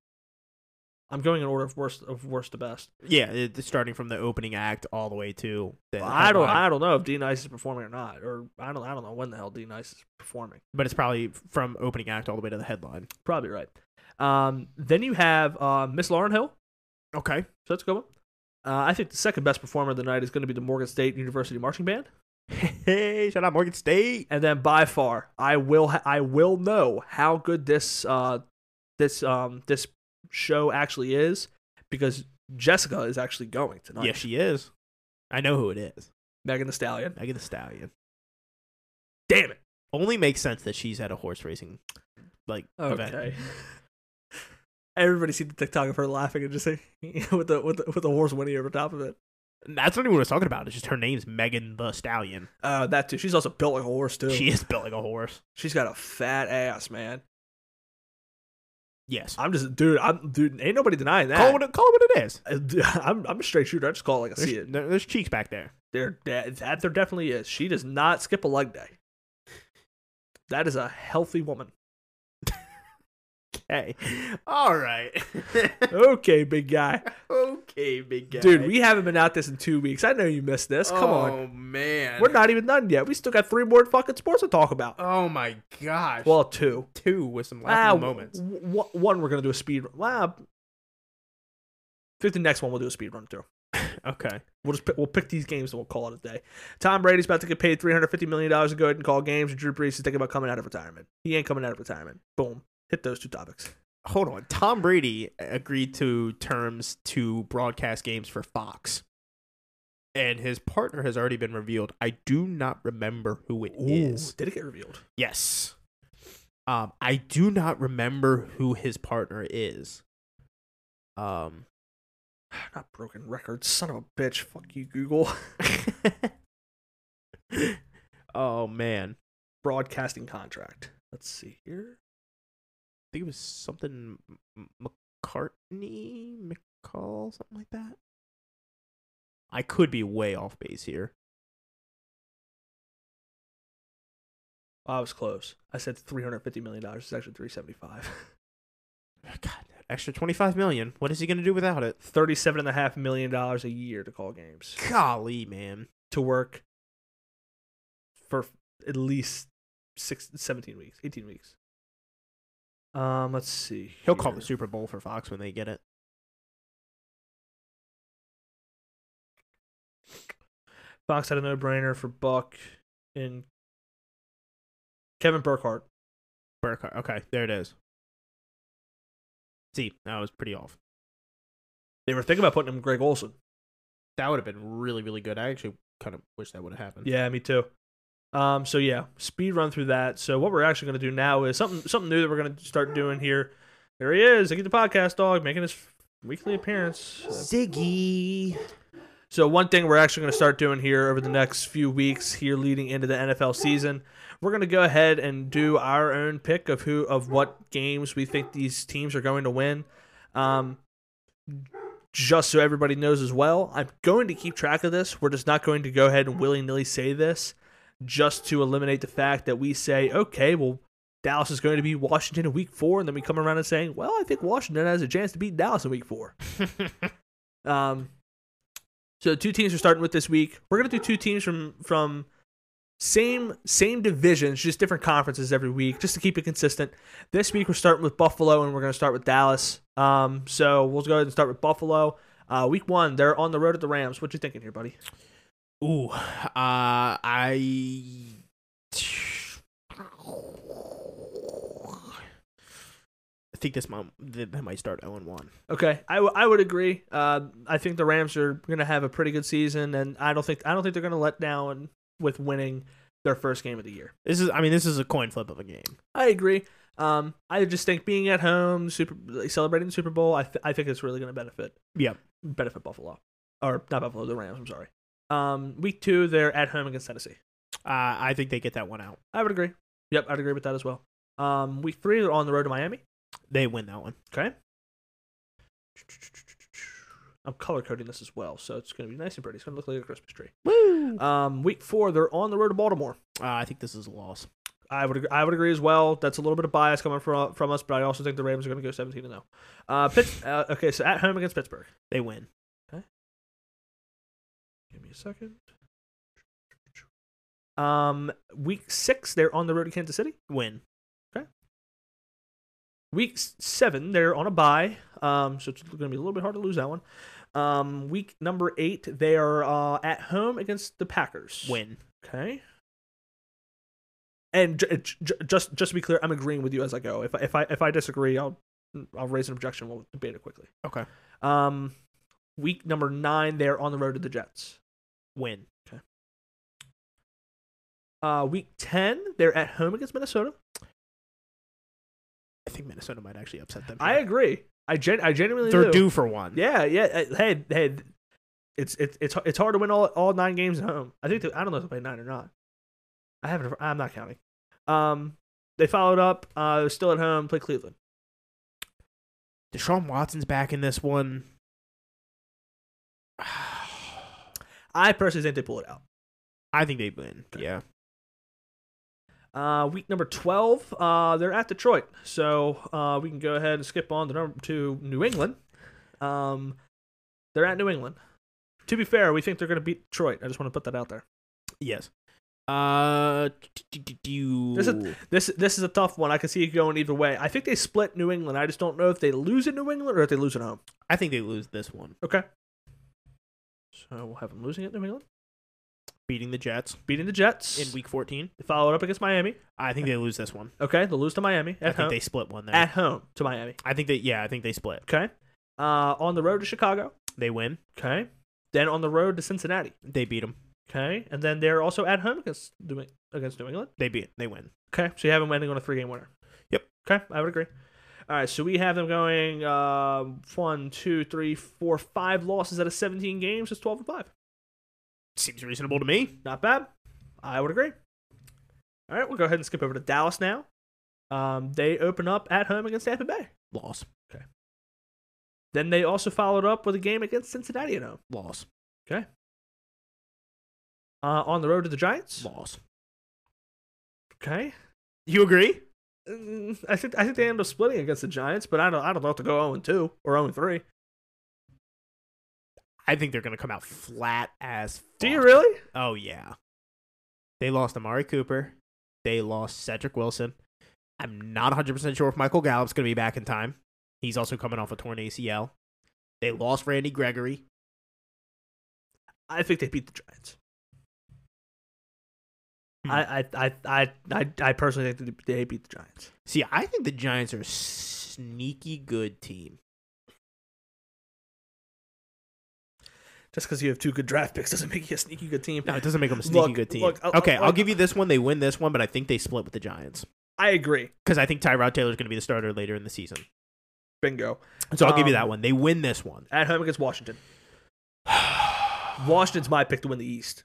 I'm going in order of worst of worst to best. Yeah, it, starting from the opening act all the way to the I don't headline. I don't know if D Nice is performing or not, or I don't I don't know when the hell D Nice is performing. but it's probably from opening act all the way to the headline. Probably right. Um, then you have uh, Miss Lauren Hill, Okay. so that's a good one. Uh, I think the second best performer of the night is going to be the Morgan State University marching band. Hey, shout out Morgan State. and then by far i will ha- i will know how good this uh this um this show actually is because jessica is actually going tonight Yes, she is. I know who it is. megan the stallion I get the stallion. damn it Only makes sense that she's at a horse racing like event. okay everybody see the tiktok of her laughing and just saying with the with the, with the horse whinny over top of it That's not even what I was talking about. It's just her name's Megan the Stallion. uh that too she's also built like a horse too She is built like a horse. she's got a fat ass man Yes. i'm just dude i'm dude ain't nobody denying that Uh, Call it, what it- call it what it is. I'm, I'm a straight shooter i just call it like i There's, see it there- there's cheeks back there. There, that, that there definitely is. She does not skip a leg day. That is a healthy woman. Hey. All right. Okay, big guy. okay, big guy. Dude, we haven't been out this in two weeks. I know you missed this. Come on. Oh man. We're not even done yet. We still got three more fucking sports to talk about. Oh my gosh. Well, two. two with some Wow. laughable moments. Ah, one, we're going to do a speed run. Wow. Fifth and next one, we'll do a speed run through. Okay. We'll just pick, we'll pick these games and we'll call it a day. Tom Brady's about to get paid three hundred fifty million dollars to go ahead and call games. And Drew Brees is thinking about coming out of retirement. He ain't coming out of retirement. Boom. Hit those two topics. Hold on. Tom Brady agreed to terms to broadcast games for Fox. And his partner has already been revealed. I do not remember who it is. did it get revealed? Yes. Um, I do not remember who his partner is. Um, Not broken record, son of a bitch. Fuck you, Google. oh man, I Broadcasting contract. Let's see here. think it was something M- McCartney, McCall, something like that. I could be way off base here. Oh, I was close. I said three hundred fifty million dollars. It's actually three seventy five. God, extra twenty five million. What is he gonna do without it? Thirty seven and a half million dollars a year to call games. Golly, man. To work for at least six, 17 weeks, eighteen weeks. Um, let's see. He'll call here. the Super Bowl for Fox when they get it. Fox had a no-brainer for Buck and Kevin Burkhardt. Burkhart. Okay, there it is. See, that was pretty off. They were thinking about putting him Greg Olson. That would have been really, really good. I actually kind of wish that would have happened. Yeah, me too. Um, so yeah, speed run through that. So what we're actually going to do now is something something new that we're going to start doing here. There he is. I get the podcast dog making his weekly appearance. Ziggy. So one thing we're actually going to start doing here over the next few weeks here leading into the NFL season, we're going to go ahead and do our own pick of who of what games we think these teams are going to win. Um, just so everybody knows as well, I'm going to keep track of this. We're just not going to go ahead and willy nilly say this, just to eliminate the fact that we say, okay, well, Dallas is going to be Washington in week four, and then we come around and saying, well, I think Washington has a chance to beat Dallas in week four. Um, so two teams we're starting with this week. We're gonna do two teams from from Same same divisions, just different conferences every week, just to keep it consistent. This week we're starting with Buffalo and we're going to start with Dallas. Um, so we'll go ahead and start with Buffalo. Uh, week one, they're on the road at the Rams. What you thinking here, buddy? Ooh, uh, I. I think this might that that might start zero and one. Okay, I, w- I would agree. Uh, I think the Rams are going to have a pretty good season, and I don't think I don't think they're going to let down with winning their first game of the year. This is, I mean, this is a coin flip of a game. I agree. Um, I just think being at home, super like, celebrating the Super Bowl, I th- I think it's really going to benefit Yep. benefit Buffalo or not Buffalo, the Rams. I'm sorry. Um, week two, they're at home against Tennessee. Uh, I think they get that one out. I would agree. Yep, I'd agree with that as well. Um, week three, they're on the road to Miami. They win that one. Okay. I'm color coding this as well, so it's going to be nice and pretty. It's going to look like a Christmas tree. Woo! Uh, Um, week four, they're on the road to Baltimore. I think this is a loss. I would ag- I would agree as well. That's a little bit of bias coming from from us, but I also think the Rams are going to go 17 and 0. Uh, Pitts, uh, okay, so at home against Pittsburgh. They win. Give me a second. Um, week six, they're on the road to Kansas City. Win. Week s- seven, they're on a bye. Um, so it's going to be a little bit hard to lose that one. Um, week number eight, they are uh, at home against the Packers. Win. Okay. And j- j- just just to be clear, I'm agreeing with you as I go. If I, if I if I disagree, I'll I'll raise an objection. We'll debate it quickly. Okay. Um, week number nine, they're on the road to the Jets. Win. Uh, week ten, they're at home against Minnesota. I think Minnesota might actually upset them. I agree. I gen- I genuinely They're do. due for one. Yeah, yeah. uh, Hey, hey. It's it's it's it's hard to win all all nine games at home. I think they, I don't know if they played nine or not. I haven't. I'm not counting. Um, they followed up. Uh, they're still at home. Play Cleveland. Deshaun Watson's back in this one. I personally think they pull it out. I think they win. Yeah. Uh, week number 12, uh, they're at Detroit. So uh, we can go ahead and skip on to, number, to New England. Um, they're at New England. To be fair, we think they're going to beat Detroit. I just want to put that out there. Yes. Uh, d- d- d- do you? This is- This this is a tough one. I can see it going either way. I think they split New England. I just don't know if they lose in New England or if they lose at home. I think they lose this one. Okay. So we'll have them losing at New England, Beating the Jets beating the Jets. in Week 14. they followed up against Miami. I think they lose this one. Okay, they'll lose to Miami I at think home. they split one there. At home to Miami. I think they. Yeah, I think they split. Okay. Uh, on the road to Chicago. They win. Okay. Then on the road to Cincinnati. They beat them. Okay. And then they're also at home against New, Eng- against New England. They beat. They win. Okay. So you have them ending on a three game winner. Yep. Okay. I would agree. All right. So we have them going uh, one, two, three, four, five losses out of 17 games. It's 12 and 5. Seems reasonable to me. Not bad. I would agree. All right. We'll go ahead and skip over to Dallas now. Um, they open up at home against Tampa Bay. Loss. Then they also followed up with a game against Cincinnati at home. Loss. Uh, on the road to the Giants. Loss. Okay. You agree? Mm, I think I think they end up splitting against the Giants, but I don't I don't know if to go 0 2 or 0 3. I think they're gonna come out flat as. Do you fuck. really? Oh yeah. They lost Amari Cooper. They lost Cedric Wilson. I'm not 100% sure if Michael Gallup's going to be back in time. He's also coming off a torn ACL. They lost Randy Gregory. I think they beat the Giants. Hmm. I, I I I I I personally think that they beat the Giants. See, I think the Giants are a sneaky good team. Just because you have two good draft picks doesn't make you a sneaky good team. No, it doesn't make them a sneaky Look, good team. look, I'll- okay, I'll- I'll give you this one. They win this one, but I think they split with the Giants I agree. because I think Tyrod Taylor's going to be the starter later in the season. Bingo. So I'll give you Um, that one. They win this one. At home against Washington. Washington's my pick to win the East.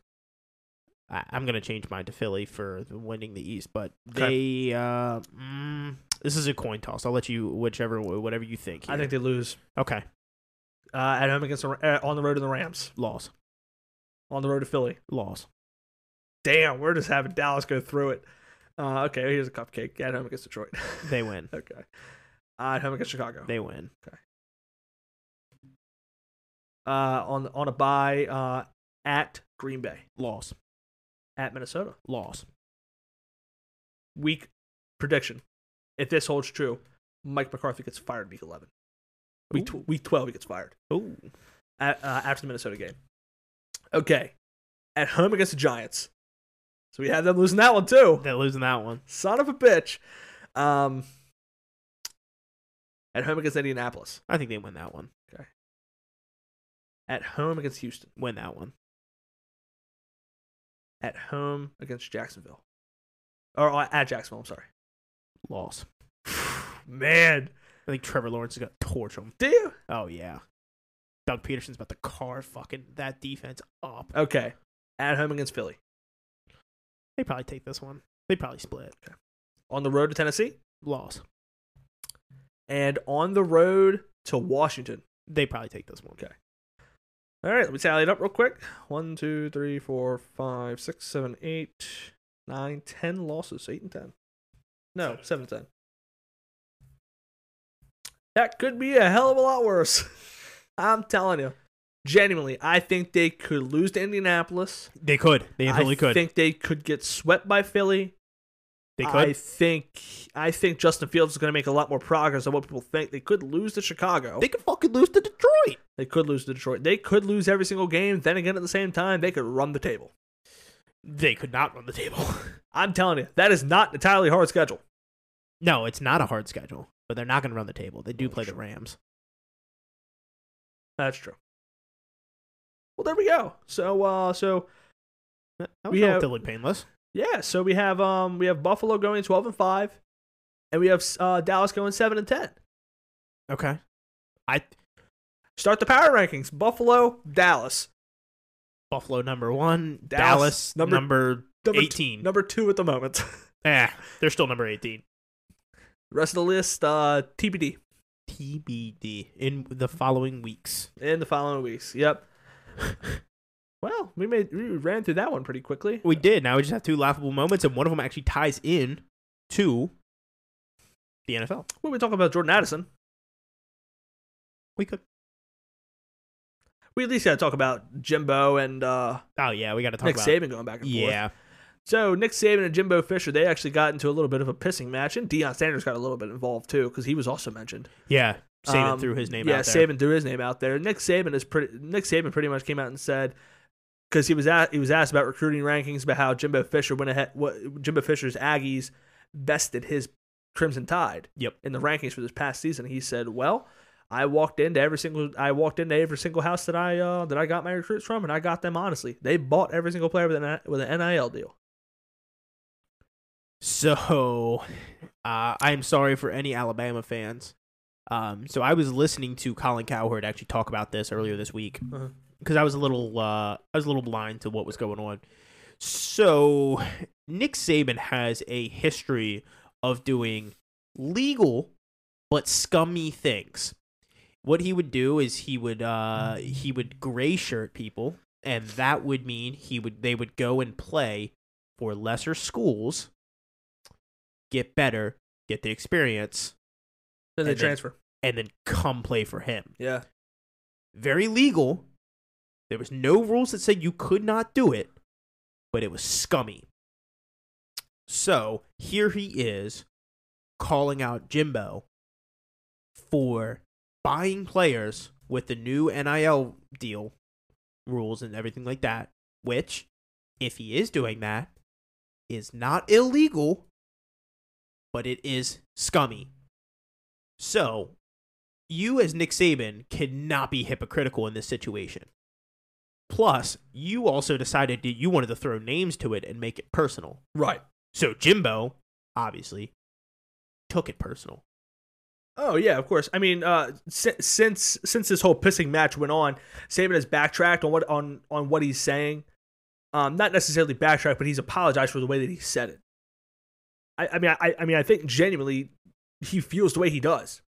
I, I'm gonna change mine to Philly for the winning the East, but they uh, mm, this is a coin toss. I'll let you whichever whatever you think. I here. think they lose okay, uh, at home against the, uh, on the road to the Rams, loss, on the road to Philly. loss. Damn, we're just having Dallas go through it. Uh, okay, here's a cupcake. At home against Detroit. They win. Okay. Uh, at home against Chicago. They win. Uh, on on a bye uh, at Green Bay. Loss. at Minnesota. Loss. Week prediction. If this holds true, Mike McCarthy gets fired week 11. Week, tw- week 12, he gets fired Oh, at, uh, after the Minnesota game. Okay. At home against the Giants. So we have them losing that one too. they're losing that one. Son of a bitch. Um, at home against Indianapolis. I think they win that one. At home against Houston. Win that one. At home against Jacksonville. Or uh, at Jacksonville, I'm sorry. Loss. Man. I think Trevor Lawrence is gonna torch them. Do you? Oh yeah. Doug Peterson's about to carve fucking that defense up. Okay. At home against Philly. They probably take this one. They probably split. On the road to Tennessee. Loss. And on the road to Washington. They probably take this one. Okay. All right, let me tally it up real quick. One, two, three, four, five, six, seven, eight, nine, ten losses. Eight and ten. No, seven and ten. That could be a hell of a lot worse. I'm telling you. Genuinely, I think they could lose to Indianapolis. They could. They totally I could. think they could get swept by Philly. they could. I think I think Justin Fields is going to make a lot more progress than what people think. They could lose to Chicago. they could fucking lose to Detroit. They could lose to Detroit. They could lose every single game. Then again, at the same time, they could run the table. They could not run the table. I'm telling you, that is not an entirely hard schedule. no, it's not a hard schedule, but they're not going to run the table. They do play the Rams. That's true. Well, there we go. So, uh, so That that We was have- relatively painless. yeah, so we have um, we have Buffalo going 12 and five, and we have uh, Dallas going seven and ten. Okay. I Start the power rankings: Buffalo, Dallas, Buffalo number one, Dallas Dallas, number- number, number two- eighteen. number two at the moment. Eh, they're still number eighteen. Rest of the list, uh, TBD TBD in the following weeks. in the following weeks. Yep. well, we made we ran through that one pretty quickly. We did. Now we just have two laughable moments, and one of them actually ties in to the NFL. When we talk about Jordan Addison, We could. we at least got to talk about Jimbo and uh, Oh yeah, we got to talk Nick about. Saban going back and forth. yeah, So Nick Saban and Jimbo Fisher, they actually got into a little bit of a pissing match, and Deion Sanders got a little bit involved too because he was also mentioned. yeah. Saban Um, threw his name yeah, out there. Saban threw his name out there. Nick Saban is pretty. Nick Saban pretty much came out and said because he was a he was asked about recruiting rankings about how Jimbo Fisher went ahead. What Jimbo Fisher's Aggies bested his Crimson Tide. Yep. In the rankings for this past season, he said, "Well." I walked into every single I walked into every single house that I uh, that I got my recruits from, and I got them honestly. They bought every single player with an with an NIL deal. So, uh, I am sorry for any Alabama fans. Um, so I was listening to Colin Cowherd actually talk about this earlier this week Uh-huh. because I was a little uh, I was a little blind to what was going on. So Nick Saban has a history of doing legal but scummy things. What he would do is he would uh, he would gray shirt people, and that would mean he would they would go and play for lesser schools, get better, get the experience, Then they And then- transfer. and then come play for him. Yeah. Very legal. There was no rules that said you could not do it, but it was scummy. So here he is calling out Jimbo for buying players with the new NIL deal rules and everything like that, which, if he is doing that, is not illegal, but it is scummy. So you as Nick Saban cannot be hypocritical in this situation. Plus, you also decided that you wanted to throw names to it and make it personal. Right. So Jimbo, obviously, took it personal. Oh yeah, of course. I mean, uh, si- since since this whole pissing match went on, Saban has backtracked on what on on what he's saying. Um, not necessarily backtracked, but he's apologized for the way that he said it. I, I mean, I I mean, I think genuinely he feels the way he does.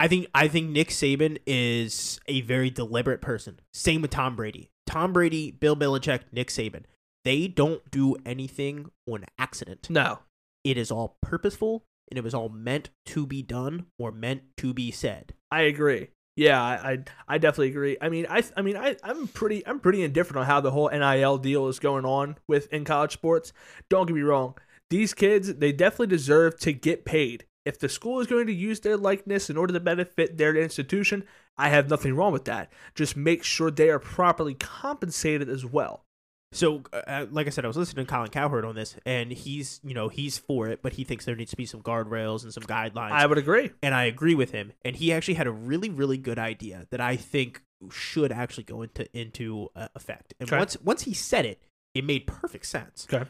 I think I think Nick Saban is a very deliberate person. Same with Tom Brady. Tom Brady, Bill Belichick, Nick Saban. They don't do anything on accident. No. It is all purposeful and it was all meant to be done or meant to be said. I agree. Yeah, I, I I definitely agree. I mean, I I mean, I I'm pretty I'm pretty indifferent on how the whole NIL deal is going on with in college sports. Don't get me wrong; these kids they definitely deserve to get paid. If the school is going to use their likeness in order to benefit their institution, I have nothing wrong with that. Just make sure they are properly compensated as well. So, uh, like I said, I was listening to Colin Cowherd on this, and he's, you know, he's for it, but he thinks there needs to be some guardrails and some guidelines. I would agree. and I agree with him. And he actually had a really, really good idea that I think should actually go into into uh, effect. And Okay. once once he said it, it made perfect sense. Okay.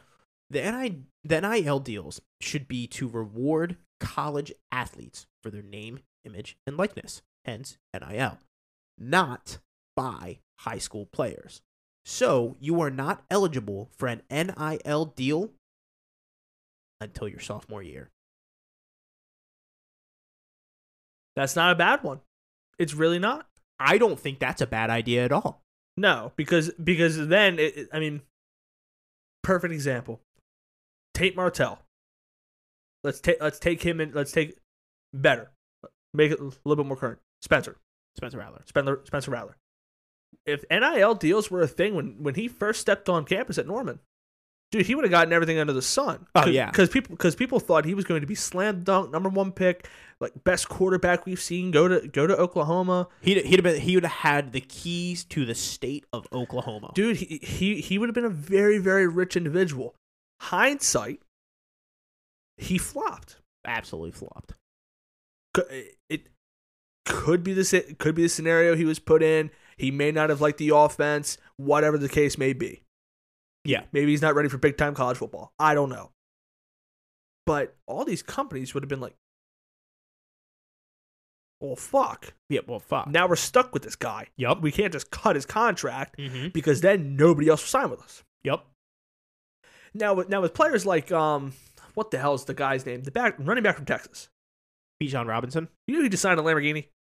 The NI the NIL deals should be to reward college athletes for their name, image, and likeness. Hence NIL, not by high school players. So you are not eligible for an NIL deal until your sophomore year. That's not a bad one. It's really not. I don't think that's a bad idea at all. No, because because then it, it- I mean, perfect example. Tate Martell. Let's take let's take him and let's take better, make it a little bit more current. Spencer, Spencer Rattler. Spencer, Spencer Rattler. If NIL deals were a thing when when he first stepped on campus at Norman, dude, he would have gotten everything under the sun. Oh, yeah. because people because people thought he was going to be slam dunk number one pick, like best quarterback we've seen go to go to Oklahoma. He'd, he'd have been, he would have had the keys to the state of Oklahoma. dude he he, he would have been a very very rich individual hindsight he flopped Absolutely flopped. C- it could be the sce- could be the scenario he was put in he may not have liked the offense whatever the case may be Yeah. maybe he's not ready for big time college football i don't know but all these companies would have been like well fuck Yeah, well, fuck. now we're stuck with this guy Yup. we can't just cut his contract Mm-hmm. because then nobody else will sign with us Yup. Now, with- now with players like um, what the hell is the guy's name? The back running back from Texas. Bijan Robinson. You know he just signed a Lamborghini.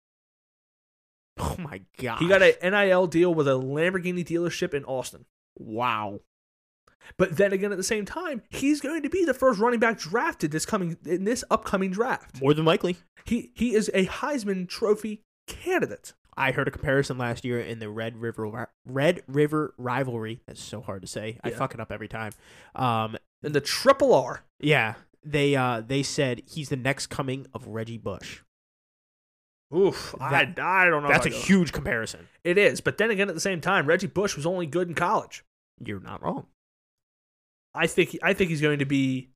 Oh, my God. He got a NIL deal with a Lamborghini dealership in Austin. Wow. But then again, at the same time, he's going to be the first running back drafted this coming in this upcoming draft. More than likely. He he is a Heisman Trophy candidate. I heard a comparison last year in the Red River ri- Red River rivalry. That's so hard to say. I Yeah. fuck it up every time. Um, And the triple R. yeah, they uh, they said he's the next coming of Reggie Bush. Oof, That- I, I don't know. That's a if I go- huge comparison. It is, but then again, at the same time, Reggie Bush was only good in college. You're not wrong. I think he- I think he's going to be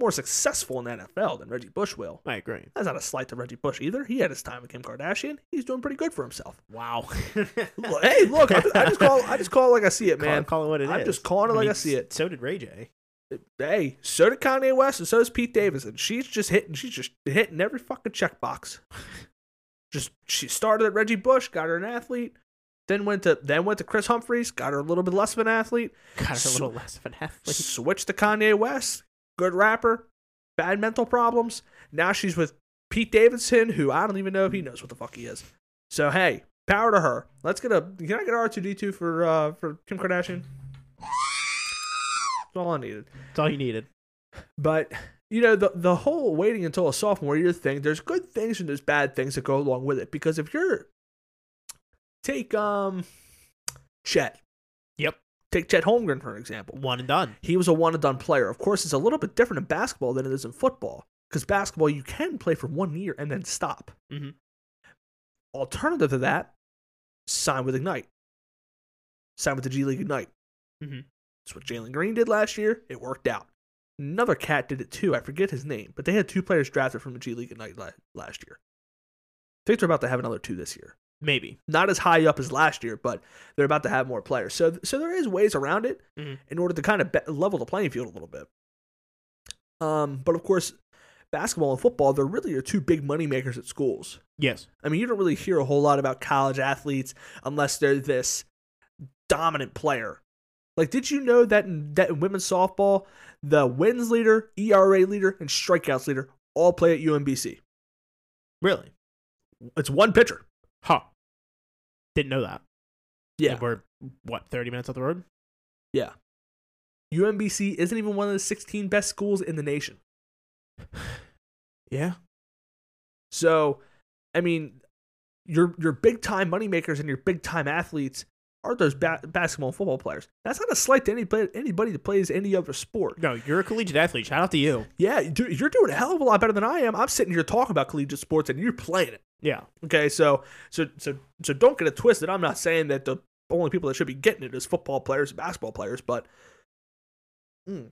more successful in the NFL than Reggie Bush will. I agree. That's not a slight to Reggie Bush either. He had his time with Kim Kardashian. He's doing pretty good for himself. Wow. Look, hey, look, I, I just call I just call it like I see it, Call- man. call it what it I'm is. just calling it like mean, I see it. So did Ray J. Hey, so did Kanye West and so does Pete Davidson. She's just hitting she's just hitting every fucking checkbox. Just she started at Reggie Bush, got her an athlete, then went to then went to Chris Humphreys, got her a little bit less of an athlete, Got her a So- little less of an athlete. switched to Kanye West, good rapper, bad mental problems. Now she's with Pete Davidson, who I don't even know if he knows what the fuck he is. So hey, power to her. Let's get a. Can I get R two D two for uh for Kim Kardashian? That's all I needed. That's all you needed. But you know the the whole waiting until a sophomore year thing. There's good things and there's bad things that go along with it because if you're take um Chet, Yep. take Chet Holmgren for example One and done. he was a one and done player. Of course, it's a little bit different in basketball than it is in football because basketball you can play for one year and then stop. Mhm. Alternative to that, sign with Ignite, sign with the G League Ignite. Mhm. That's what Jalen Green did last year. It worked out. Another cat did it too. I forget his name, but they had two players drafted from the G League Ignite la- last year. I think they're about to have another two this year Maybe. not as high up as last year, but they're about to have more players. So, so there is ways around it Mhm. in order to kind of be- level the playing field a little bit. Um, but of course, basketball and football, they're really your two big money makers at schools. Yes. I mean, you don't really hear a whole lot about college athletes unless they're this dominant player. Like, did you know that in, that in women's softball, the wins leader, ERA leader, and strikeouts leader all play at UMBC? Really? It's one pitcher. Huh. Didn't know that. Yeah. And we're what, thirty minutes up the road? UMBC isn't even one of the 16 best schools in the nation. Yeah. So, I mean, your your big time moneymakers and your big time athletes are those ba- basketball and football players. That's not a slight to any play- anybody that plays any other sport. No, you're a collegiate athlete. Shout out to you. Yeah, dude, you're doing a hell of a lot better than I am. I'm sitting here talking about collegiate sports and you're playing it. Yeah. Okay, so so so so don't get it twisted. I'm not saying that the only people that should be getting it is football players, and basketball players, but Mm.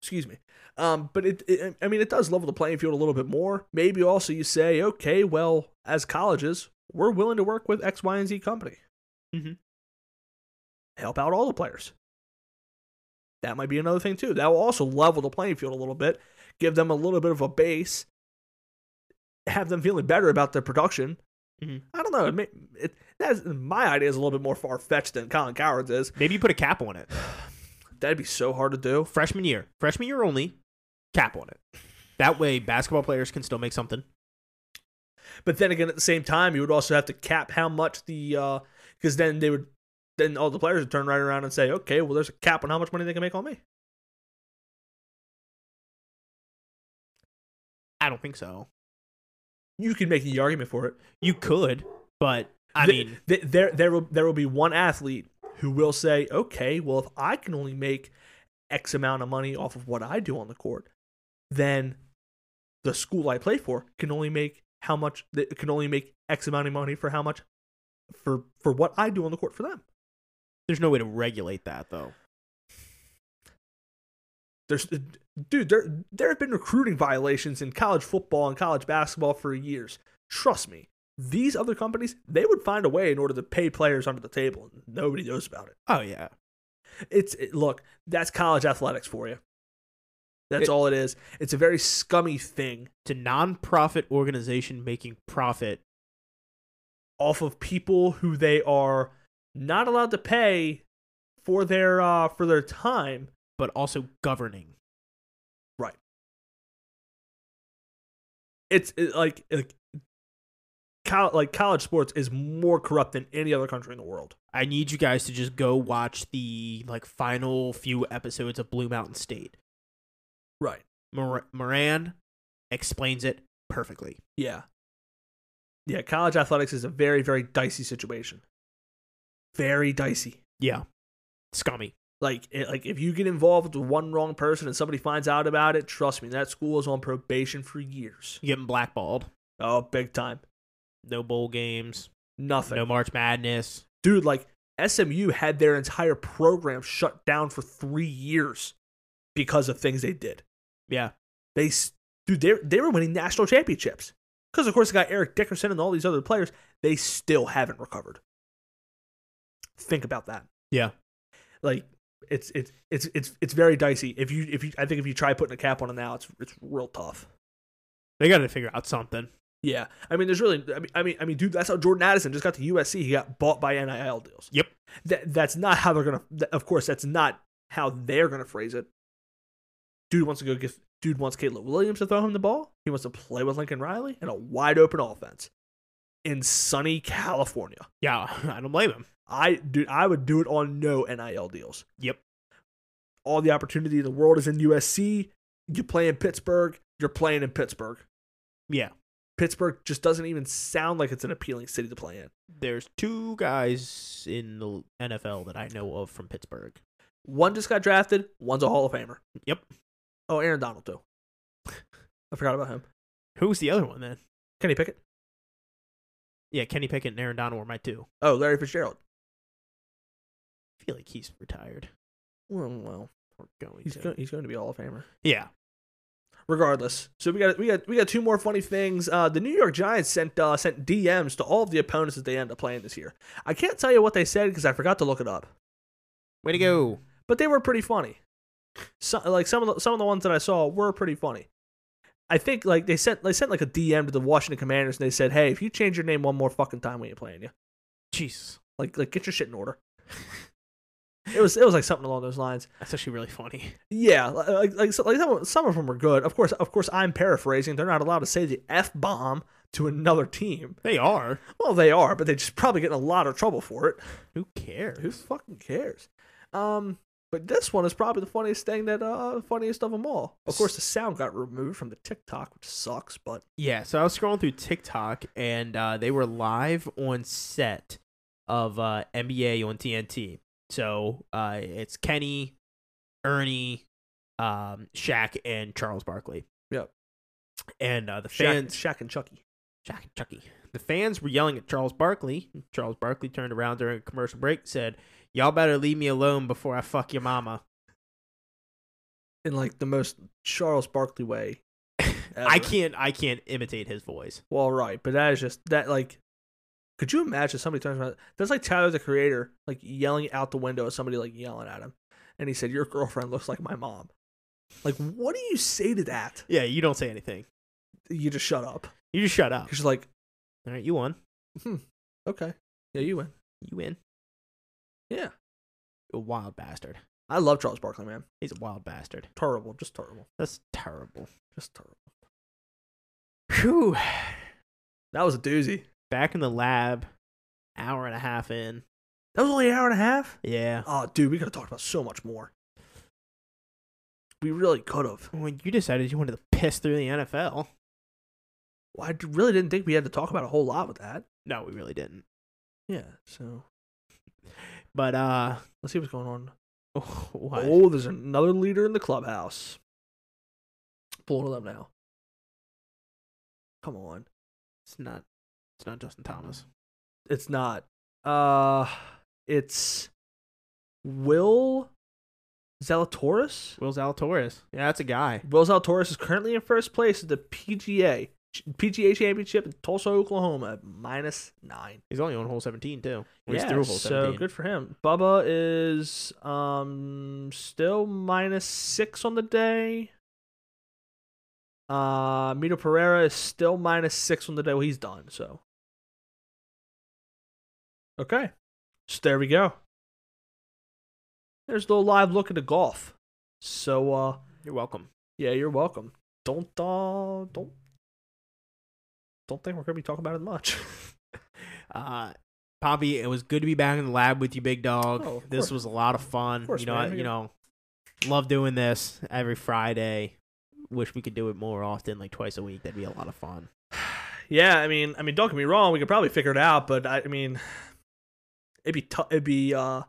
excuse me. Um, but it, it, I mean, it does level the playing field a little bit more. Maybe also you say, okay, well, as colleges, we're willing to work with X, Y, and Z company. Mhm. Help out all the players. That might be another thing too. That will also level the playing field a little bit, give them a little bit of a base, have them feeling better about their production. Mhm. I don't know. It, may- it, that's my idea is a little bit more far fetched than Colin Coward's is. Maybe you put a cap on it. That'd be so hard to do. Freshman year. Freshman year only. Cap on it. That way, basketball players can still make something. But then again, at the same time, you would also have to cap how much the because then they would then all the players would turn right around and say, okay, well, there's a cap on how much money they can make on me. I don't think so. You can make the argument for it. You could, but I Th- mean, th- there there will there will be one athlete who will say, okay, well, if I can only make X amount of money off of what I do on the court, then the school I play for can only make how much it can only make X amount of money for how much for for what I do on the court for them. there's no way to regulate that though. There's uh, dude, there there have been recruiting violations in college football and college basketball for years. Trust me. These other companies, they would find a way in order to pay players under the table. Nobody knows about it. Oh yeah. It's it, look, that's college athletics for you. That's It- all it is. It's a very scummy thing It's a non-profit organization making profit. off of people who they are not allowed to pay for their uh for their time. but also governing. It's it, like like col- like college sports is more corrupt than any other country in the world. I need you guys to just go watch the like final few episodes of Blue Mountain State. Right. Mor- Moran explains it perfectly. Yeah. Yeah, college athletics is a very, very dicey situation. Very dicey. Yeah, scummy. Like, it, like if you get involved with one wrong person and somebody finds out about it, trust me, that school is on probation for years. You getting blackballed? Oh, big time. No bowl games. Nothing, No March Madness. dude. Like SMU had their entire program shut down for three years because of things they did. Yeah, They, s- dude, they they were winning national championships because of course they got Eric Dickerson and all these other players. They still haven't recovered. Think about that. Yeah. like it's it's it's it's it's very dicey. If you if you I think if you try putting a cap on it now, it's it's real tough. they got to figure out something. Yeah, I mean, there's really, I mean, I mean, I mean, dude, that's how Jordan Addison just got to USC. He got bought by NIL deals. Yep. That that's not how they're gonna. That, of course, that's not how they're gonna phrase it. Dude wants to go get. Dude wants Caleb Williams to throw him the ball. He wants to play with Lincoln Riley in a wide open offense in sunny California. Yeah, I don't blame him. I dude, I would do it on no NIL deals. Yep. All the opportunity in the world is in USC. You play in Pittsburgh. You're playing in Pittsburgh. Yeah, Pittsburgh just doesn't even sound like it's an appealing city to play in. there's two guys in the NFL that I know of from Pittsburgh. One just got drafted. One's a Hall of Famer. Yep. Oh, Aaron Donald too. I forgot about him. Who's the other one then? Kenny Pickett. Yeah, Kenny Pickett and Aaron Donald were my two. Oh, Larry Fitzgerald. I feel like he's retired. Well, well We're going he's to. go- he's going to be a Hall of Famer. Yeah. Regardless, so we got we got we got two more funny things. Uh, the New York Giants sent uh, sent DMs to all of the opponents that they end up playing this year. I can't tell you what they said because I forgot to look it up, Way to go. but they were pretty funny. So, like some of the, some of the ones that I saw were pretty funny. I think like they sent they sent like a DM to the Washington Commanders and they said, "Hey, if you change your name one more fucking time, we ain't playing you." Jesus. Like like get your shit in order. it was it was like something along those lines. That's actually really funny. Yeah, li- like like, so, like some, some of them were good. Of course, of course, I'm paraphrasing. They're not allowed to say the f bomb to another team. They are. Well, they are, but they just probably get in a lot of trouble for it. Who cares? Who fucking cares? Um, But this one is probably the funniest thing that uh funniest of them all. Of course, the sound got removed from the TikTok, which sucks. But Yeah, so I was scrolling through TikTok and uh, they were live on set of uh, NBA on TNT. So uh, it's Kenny, Ernie, um, Shaq, and Charles Barkley. Yep. And uh, the Shaq, fans, Shaq and Chucky. Shaq and Chucky. The fans were yelling at Charles Barkley. Charles Barkley turned around during a commercial break, said, "Y'all better leave me alone before I fuck your mama." in like the most Charles Barkley way. I ever. can't, I can't imitate his voice. Well, right, but that is just that. Like, could you imagine somebody turns around? That's like Tyler the Creator, like yelling out the window at somebody, like yelling at him, and he said, "Your girlfriend looks like my mom." Like, what do you say to that? Yeah, you don't say anything. You just shut up. You just shut up. You're just like, All right, you won. okay, yeah, you win. You win. Yeah, A wild bastard. I love Charles Barkley, man. He's a wild bastard. Terrible, just terrible, That's terrible. just terrible. Whew. That was a doozy. Back in the lab, hour and a half in. That was only an hour and a half. Yeah. Oh, dude, we could have talked about so much more. We really could have. When you decided you wanted to piss through the NFL. Well, I d- really didn't think we had to talk about a whole lot with that. No, we really didn't. Yeah, so But uh let's see what's going on. what? Oh, there's another leader in the clubhouse. Pulling them now. Come on, It's not it's not Justin Thomas. it's not. Uh, it's Will Zalatoris. Will Zalatoris. Yeah, that's a guy. Will Zalatoris is currently in first place at the PGA PGA Championship in Tulsa, Oklahoma, at minus nine. He's only on hole seventeen too. Or Yeah, he's through hole so seventeen. good for him. Bubba is um still minus six on the day. Uh, Mito Pereira is still minus six on the day. Well, he's done. So, okay, so there we go. There's the live look at the golf. So, uh, You're welcome. yeah, you're welcome. Don't uh, don't don't think we're gonna be talking about it much. Uh Poppy, it was good to be back in the lab with you, big dog. Oh, of this course. was a lot of fun. Of course, you know, man. I, you know, love doing this every Friday. Wish we could do it more often, like twice a week. That'd be a lot of fun. Yeah, I mean, I mean, don't get me wrong. We could probably figure it out, but I, I mean, it'd be tough. It'd be uh,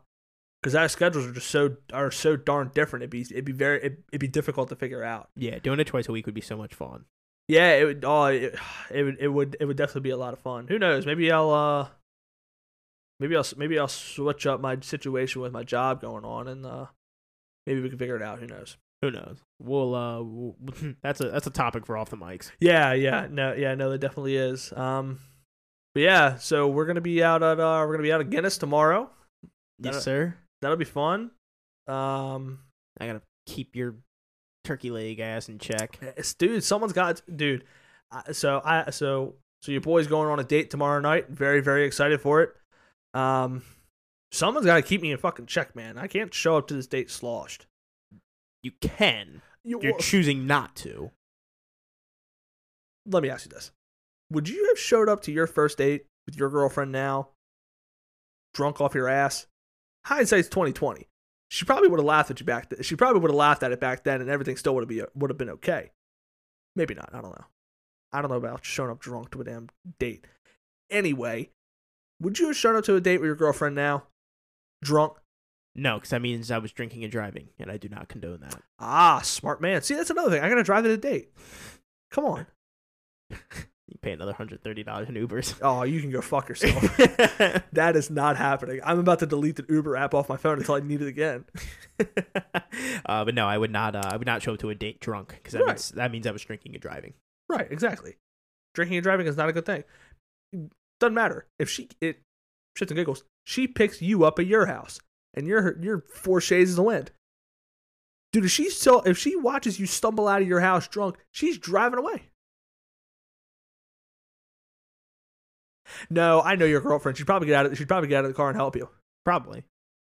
because our schedules are just so are so darn different. It'd be it'd be very it'd, it'd be difficult to figure out. Yeah, doing it twice a week would be so much fun. Yeah, it would. Oh, it, it would it would it would definitely be a lot of fun. Who knows? Maybe I'll uh, maybe I'll maybe I'll switch up my situation with my job going on, and uh, maybe we can figure it out. Who knows? Who knows? We'll uh, w that's a that's a topic for off the mics. Yeah, yeah, no, yeah, no, there definitely is. Um, but yeah, so we're gonna be out at uh, we're gonna be out at Guinness tomorrow. Yes, Yes, sir. that'll be fun. Um, I gotta keep your turkey leg ass in check. it's- dude, someone's got dude. I- So I so so your boy's going on a date tomorrow night. Very very excited for it. Um, someone's got to keep me in fucking check, man. I can't show up to this date sloshed. You can. You, You're choosing not to. let me ask you this: Would you have showed up to your first date with your girlfriend now, drunk off your ass? Hindsight's twenty twenty. She probably would have laughed at you back. Th- she probably would have laughed at it back then, and everything still would have be would have been okay. Maybe not. I don't know. I don't know about showing up drunk to a damn date. Anyway, would you have shown up to a date with your girlfriend now, drunk? No, because that means I was drinking and driving, and I do not condone that. Ah, smart man. See, that's another thing. I gotta drive to the date. Come on. You pay another hundred thirty dollars in Ubers. Oh, you can go fuck yourself. That is not happening. I'm about to delete the Uber app off my phone until I need it again. uh, but no, I would not. Uh, I would not show up to a date drunk because that Right. means that means I was drinking and driving. Right, exactly. Drinking and driving is not a good thing. Doesn't matter if she it shits and giggles. She picks you up at your house, and you're you're four shades of the wind. Dude, if she still if she watches you stumble out of your house drunk, she's driving away. No, I know your girlfriend. She'd probably get out of she'd probably get out of the car and help you. Probably.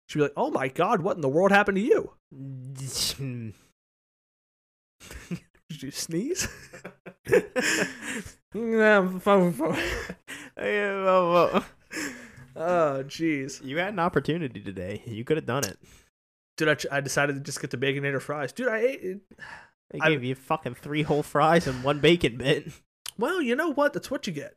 She'd be like, "Oh my god, what in the world happened to you? Did you sneeze?" you Oh, jeez. Oh, had an opportunity today. You could have done it. Dude, I, ch- I decided to just get the baconator fries. Dude, I ate. It. They I- gave you fucking three whole fries and one bacon bit. Well, you know what? That's what you get.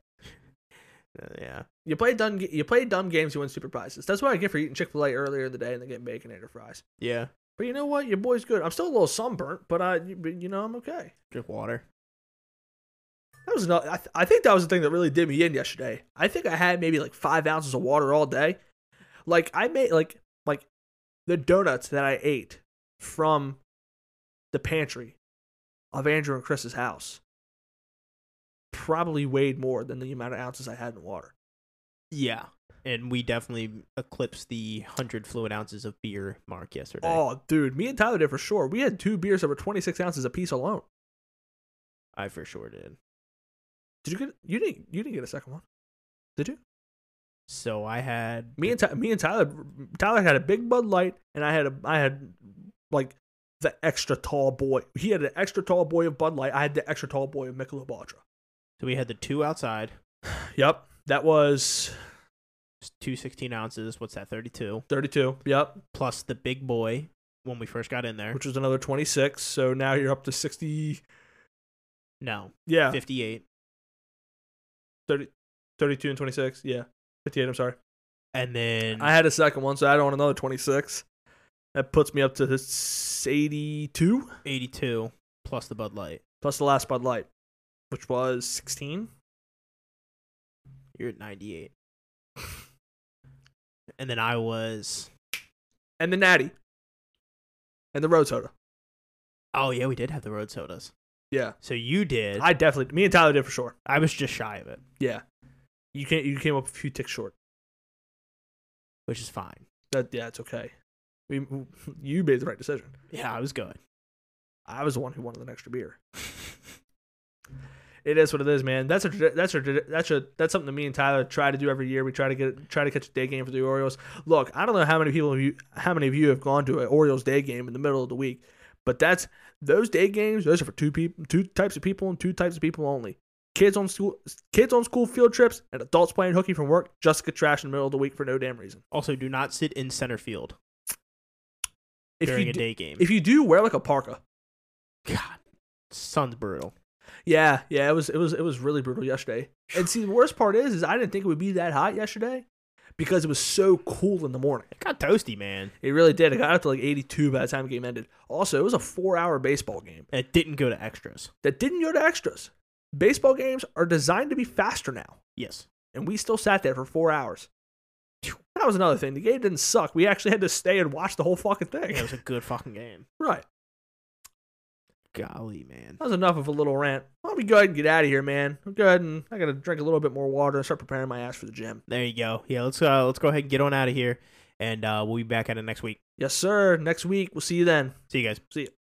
Uh, yeah. You play dumb. You play dumb games. You win stupid prizes. That's what I get for eating Chick Fil A earlier in the day and then getting baconator fries. Yeah. But you know what? Your boy's good. I'm still a little sunburnt, but I, but you know, I'm okay. Drink water. That was not. I, th- I think that was the thing that really did me in yesterday. I think I had maybe like five ounces of water all day. Like I made like like the donuts that I ate from the pantry of Andrew and Chris's house probably weighed more than the amount of ounces I had in water. Yeah. And we definitely eclipsed the 100 fluid ounces of beer mark yesterday. Oh, dude, me and Tyler did for sure. We had two beers that were 26 ounces apiece alone. I for sure did. Did you get? You didn't. You didn't get a second one. Did you? So I had. Me and Ty- me and Tyler Tyler had a big Bud Light, and I had a I had like the extra tall boy. He had an extra tall boy of Bud Light. I had the extra tall boy of Michelob Ultra. So we had the two outside. Yep, that was It's Two 16 ounces. What's that? 32. thirty-two. Yep, Plus the big boy when we first got in there. which was another twenty-six. So now you're up to sixty. No. Yeah, 58. 30, 32 and twenty-six. Yeah, fifty-eight. I'm sorry. And then. I had a second one, so I had on another twenty-six. That puts me up to this eighty-two 82 plus the Bud Light. plus the last Bud Light, which was sixteen. You're at 98. and then I was. and the natty and the road soda. Oh, yeah, we did have the road sodas. Yeah, So you did. I, I definitely. Me and Tyler did for sure. I was just shy of it, Yeah, you can't. You came up a few ticks short. which is fine. That yeah, it's okay. We, you made the right decision. Yeah, I was good. I was the one who wanted an extra beer. it is what it is, man. That's a tradi- that's a tradi- that's a that's something that me and Tyler try to do every year. We try to get try to catch a day game for the Orioles. Look, I don't know how many people of you how many of you have gone to an Orioles day game in the middle of the week, but that's those day games. Those are for two people, two types of people, and two types of people only. Kids on school, kids on school field trips, and adults playing hooky from work just to get trash in the middle of the week for no damn reason. Also, do not sit in center field If during you a do, day game. if you do, wear like a parka. God, sun's brutal. Yeah, yeah, it was it was it was really brutal yesterday. And see, the worst part is, is I didn't think it would be that hot yesterday because it was so cool in the morning. It got toasty, man. It really did. It got up to like 82 by the time the game ended. Also, it was a four-hour baseball game It didn't go to extras. that didn't go to extras. Baseball games are designed to be faster now, Yes. and we still sat there for four hours. That was another thing. The game didn't suck. We actually had to stay and watch the whole fucking thing. It was a good fucking game. Right. Golly, man. That was enough of a little rant. Why don't we go ahead and get out of here, man? I'll go ahead and I gotta drink a little bit more water and start preparing my ass for the gym. There you go. Yeah, let's uh, let's go ahead and get on out of here, and uh, we'll be back at it next week. Yes, sir. Next week. We'll see you then. See you guys. See ya.